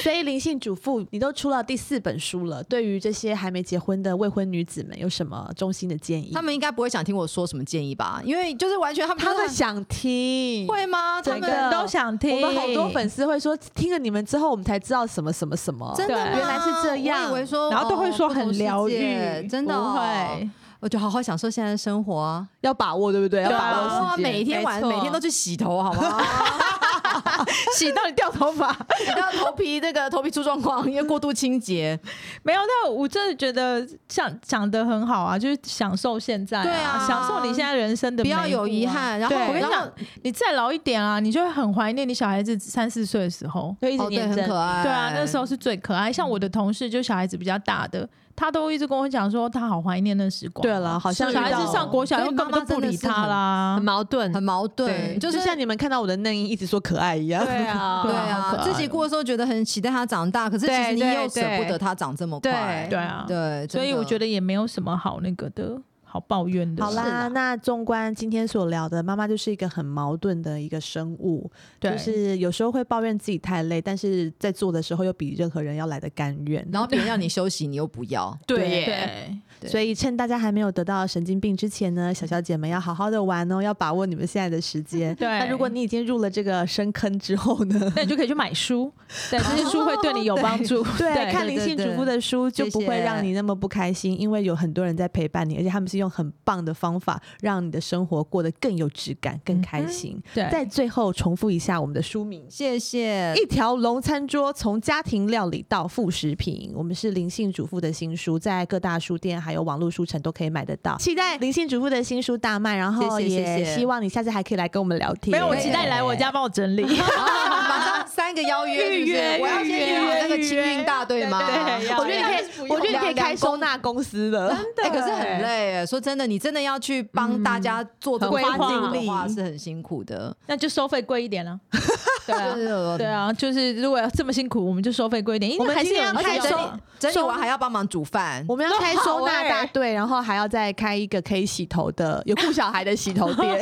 [SPEAKER 1] 所以灵性主妇，你都出了第四本书了，对于这些还没结婚的未婚女子们，有什么衷心的建议？
[SPEAKER 2] 他们应该不会想听我说什么建议吧？因为就是完全他们
[SPEAKER 1] 他们
[SPEAKER 2] 就是
[SPEAKER 1] 想听，
[SPEAKER 2] 会吗？
[SPEAKER 1] 真
[SPEAKER 2] 他
[SPEAKER 3] 每个
[SPEAKER 1] 的
[SPEAKER 2] 们
[SPEAKER 3] 人都想听。
[SPEAKER 1] 我们好多粉丝会说，听了你们之后，我们才知道什么什么什么。
[SPEAKER 2] 真的
[SPEAKER 3] 对
[SPEAKER 2] 吗
[SPEAKER 1] 原来是这样
[SPEAKER 2] 我以为说，
[SPEAKER 3] 然后都会说
[SPEAKER 2] 哦不同
[SPEAKER 3] 很
[SPEAKER 2] 世界
[SPEAKER 3] 疗愈，
[SPEAKER 2] 真的
[SPEAKER 3] 不
[SPEAKER 2] 哦
[SPEAKER 3] 会。
[SPEAKER 2] 我就好好享受现在的生活啊。
[SPEAKER 1] 要把握，对不对？要
[SPEAKER 3] 对啊
[SPEAKER 1] 把握时
[SPEAKER 2] 哇，
[SPEAKER 1] 间。
[SPEAKER 2] 哦每天晚
[SPEAKER 6] 没错
[SPEAKER 2] 每天都去洗头，好不 好？
[SPEAKER 1] 洗到你掉头发，
[SPEAKER 2] 洗到头皮那个头皮出状况，因为过度清洁。
[SPEAKER 3] 没有，但我真的觉得讲讲的很好啊，就是享受现在、
[SPEAKER 2] 对啊
[SPEAKER 3] 享受你现在人生的
[SPEAKER 2] 不
[SPEAKER 3] 每一步啊、
[SPEAKER 2] 要有遗憾然后
[SPEAKER 3] 对我跟你
[SPEAKER 2] 然
[SPEAKER 3] 讲
[SPEAKER 2] 后，
[SPEAKER 3] 你再老一点啊，你就会很怀念你小孩子三四岁的时候。
[SPEAKER 1] 就一直
[SPEAKER 2] 哦，对，
[SPEAKER 1] 黏
[SPEAKER 2] 很
[SPEAKER 1] 着
[SPEAKER 2] 可
[SPEAKER 1] 你。
[SPEAKER 2] 爱。
[SPEAKER 3] 对啊，那时候是最可爱。像我的同事，就小孩子比较大的，他都一直跟我讲说，他好怀念那时光。
[SPEAKER 1] 对了，好啊像
[SPEAKER 3] 小孩
[SPEAKER 1] 遇到
[SPEAKER 3] 子上国小
[SPEAKER 2] 所以
[SPEAKER 3] 又根本就不理他啦
[SPEAKER 6] 很。
[SPEAKER 4] 嗯
[SPEAKER 6] 矛盾
[SPEAKER 2] 很。矛盾，
[SPEAKER 6] 对
[SPEAKER 2] 就是
[SPEAKER 1] 就像你们看到我的嫩衣一直说可爱一样。
[SPEAKER 6] 对啊
[SPEAKER 2] 对
[SPEAKER 3] 对啊好可
[SPEAKER 2] 啊，
[SPEAKER 3] 爱
[SPEAKER 2] 自己过的时候觉得很期待他长大，可是其实
[SPEAKER 6] 对
[SPEAKER 2] 你
[SPEAKER 6] 对
[SPEAKER 2] 又舍不
[SPEAKER 6] 对
[SPEAKER 2] 得他长这么
[SPEAKER 6] 对
[SPEAKER 2] 快。
[SPEAKER 3] 对啊，
[SPEAKER 2] 对，
[SPEAKER 3] 所以我觉
[SPEAKER 2] 得
[SPEAKER 3] 得也没有什么好那个的，好抱怨 的。
[SPEAKER 1] 好啦，那纵观今天所聊的，妈妈就是一个很矛盾的一个生物，
[SPEAKER 3] 对，
[SPEAKER 1] 就是有时候会抱怨自己太累，但是在做的时候又比任何人要来的甘愿。
[SPEAKER 2] 然后别人让你休息，你又不 要。
[SPEAKER 6] 对耶，
[SPEAKER 3] 对，
[SPEAKER 2] 对
[SPEAKER 1] 所以趁大家还没有得到神经病之前呢，小小姐们要好好的玩哦，要把握你们现在的时 间。
[SPEAKER 3] 对
[SPEAKER 1] 那如
[SPEAKER 2] 哎
[SPEAKER 1] 果你已经入了这个深坑之后 呢？
[SPEAKER 3] 那你就可以去买书，对，这些书会对你有帮助。
[SPEAKER 1] 对，看灵
[SPEAKER 2] 对
[SPEAKER 1] 性主
[SPEAKER 2] 对
[SPEAKER 1] 妇的书就
[SPEAKER 2] 谢
[SPEAKER 1] 不会
[SPEAKER 2] 谢
[SPEAKER 1] 让你那么不开心，因为有很多人在陪伴你，而且他们是用很棒的方法让你的生活过得更有质感、更
[SPEAKER 2] 嗯
[SPEAKER 1] 开心。
[SPEAKER 3] 对，
[SPEAKER 1] 在最后重复一下我们的书名。呃
[SPEAKER 2] 谢谢，
[SPEAKER 1] 一条龙餐桌，从家庭料理到副食品，我们是灵性主妇的新书，在各大书店还有网络书城都可以买得到。期待灵性主妇的新书大卖，然后
[SPEAKER 2] 谢谢
[SPEAKER 1] 也
[SPEAKER 2] 谢谢
[SPEAKER 1] 希望你下次还可以来跟我们聊天。
[SPEAKER 3] 没有，我期待你来我家帮我整理。
[SPEAKER 2] 啊马上三个邀约，是 不
[SPEAKER 3] 预
[SPEAKER 2] 是
[SPEAKER 3] 约
[SPEAKER 2] 我要先
[SPEAKER 3] 预约
[SPEAKER 2] 约好那个
[SPEAKER 3] 预约
[SPEAKER 2] 清运大队吗？
[SPEAKER 3] 对
[SPEAKER 1] 我
[SPEAKER 3] 对
[SPEAKER 1] 觉得你可以，我觉得你可以开收纳公司的。 欸
[SPEAKER 2] 哎、可是很累耶。说真的，你真的要去帮大家做这个
[SPEAKER 3] 规划
[SPEAKER 2] 花精的话，是很辛苦的。
[SPEAKER 3] 那就收费贵一点了。对啊，
[SPEAKER 2] 对
[SPEAKER 3] 对，啊，就是如果要这么辛苦，我们就收费贵一点，因
[SPEAKER 1] 嗯我
[SPEAKER 3] 为
[SPEAKER 1] 们
[SPEAKER 3] 还是
[SPEAKER 1] 尽
[SPEAKER 3] 有
[SPEAKER 1] 量
[SPEAKER 3] 人
[SPEAKER 2] 而
[SPEAKER 1] 开
[SPEAKER 3] 要
[SPEAKER 2] 且
[SPEAKER 1] 收
[SPEAKER 3] 收
[SPEAKER 2] 整理整理完还要帮忙煮饭。
[SPEAKER 1] 我们要开收纳大队，然后还要再开一个可以洗头的，有顾小孩的洗头 店。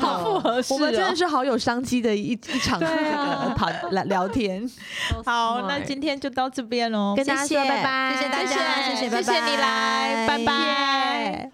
[SPEAKER 3] 好不合适
[SPEAKER 1] 我
[SPEAKER 3] 哦。
[SPEAKER 1] 们真的是好有商机的一一场这
[SPEAKER 3] 对啊
[SPEAKER 1] 个谈聊聊天。
[SPEAKER 3] 好，那今天就到这边喽，
[SPEAKER 1] 跟大家说拜拜，
[SPEAKER 2] 谢谢大家，谢
[SPEAKER 3] 谢
[SPEAKER 2] 拜
[SPEAKER 3] 谢
[SPEAKER 2] 拜，
[SPEAKER 3] 你来，拜。拜。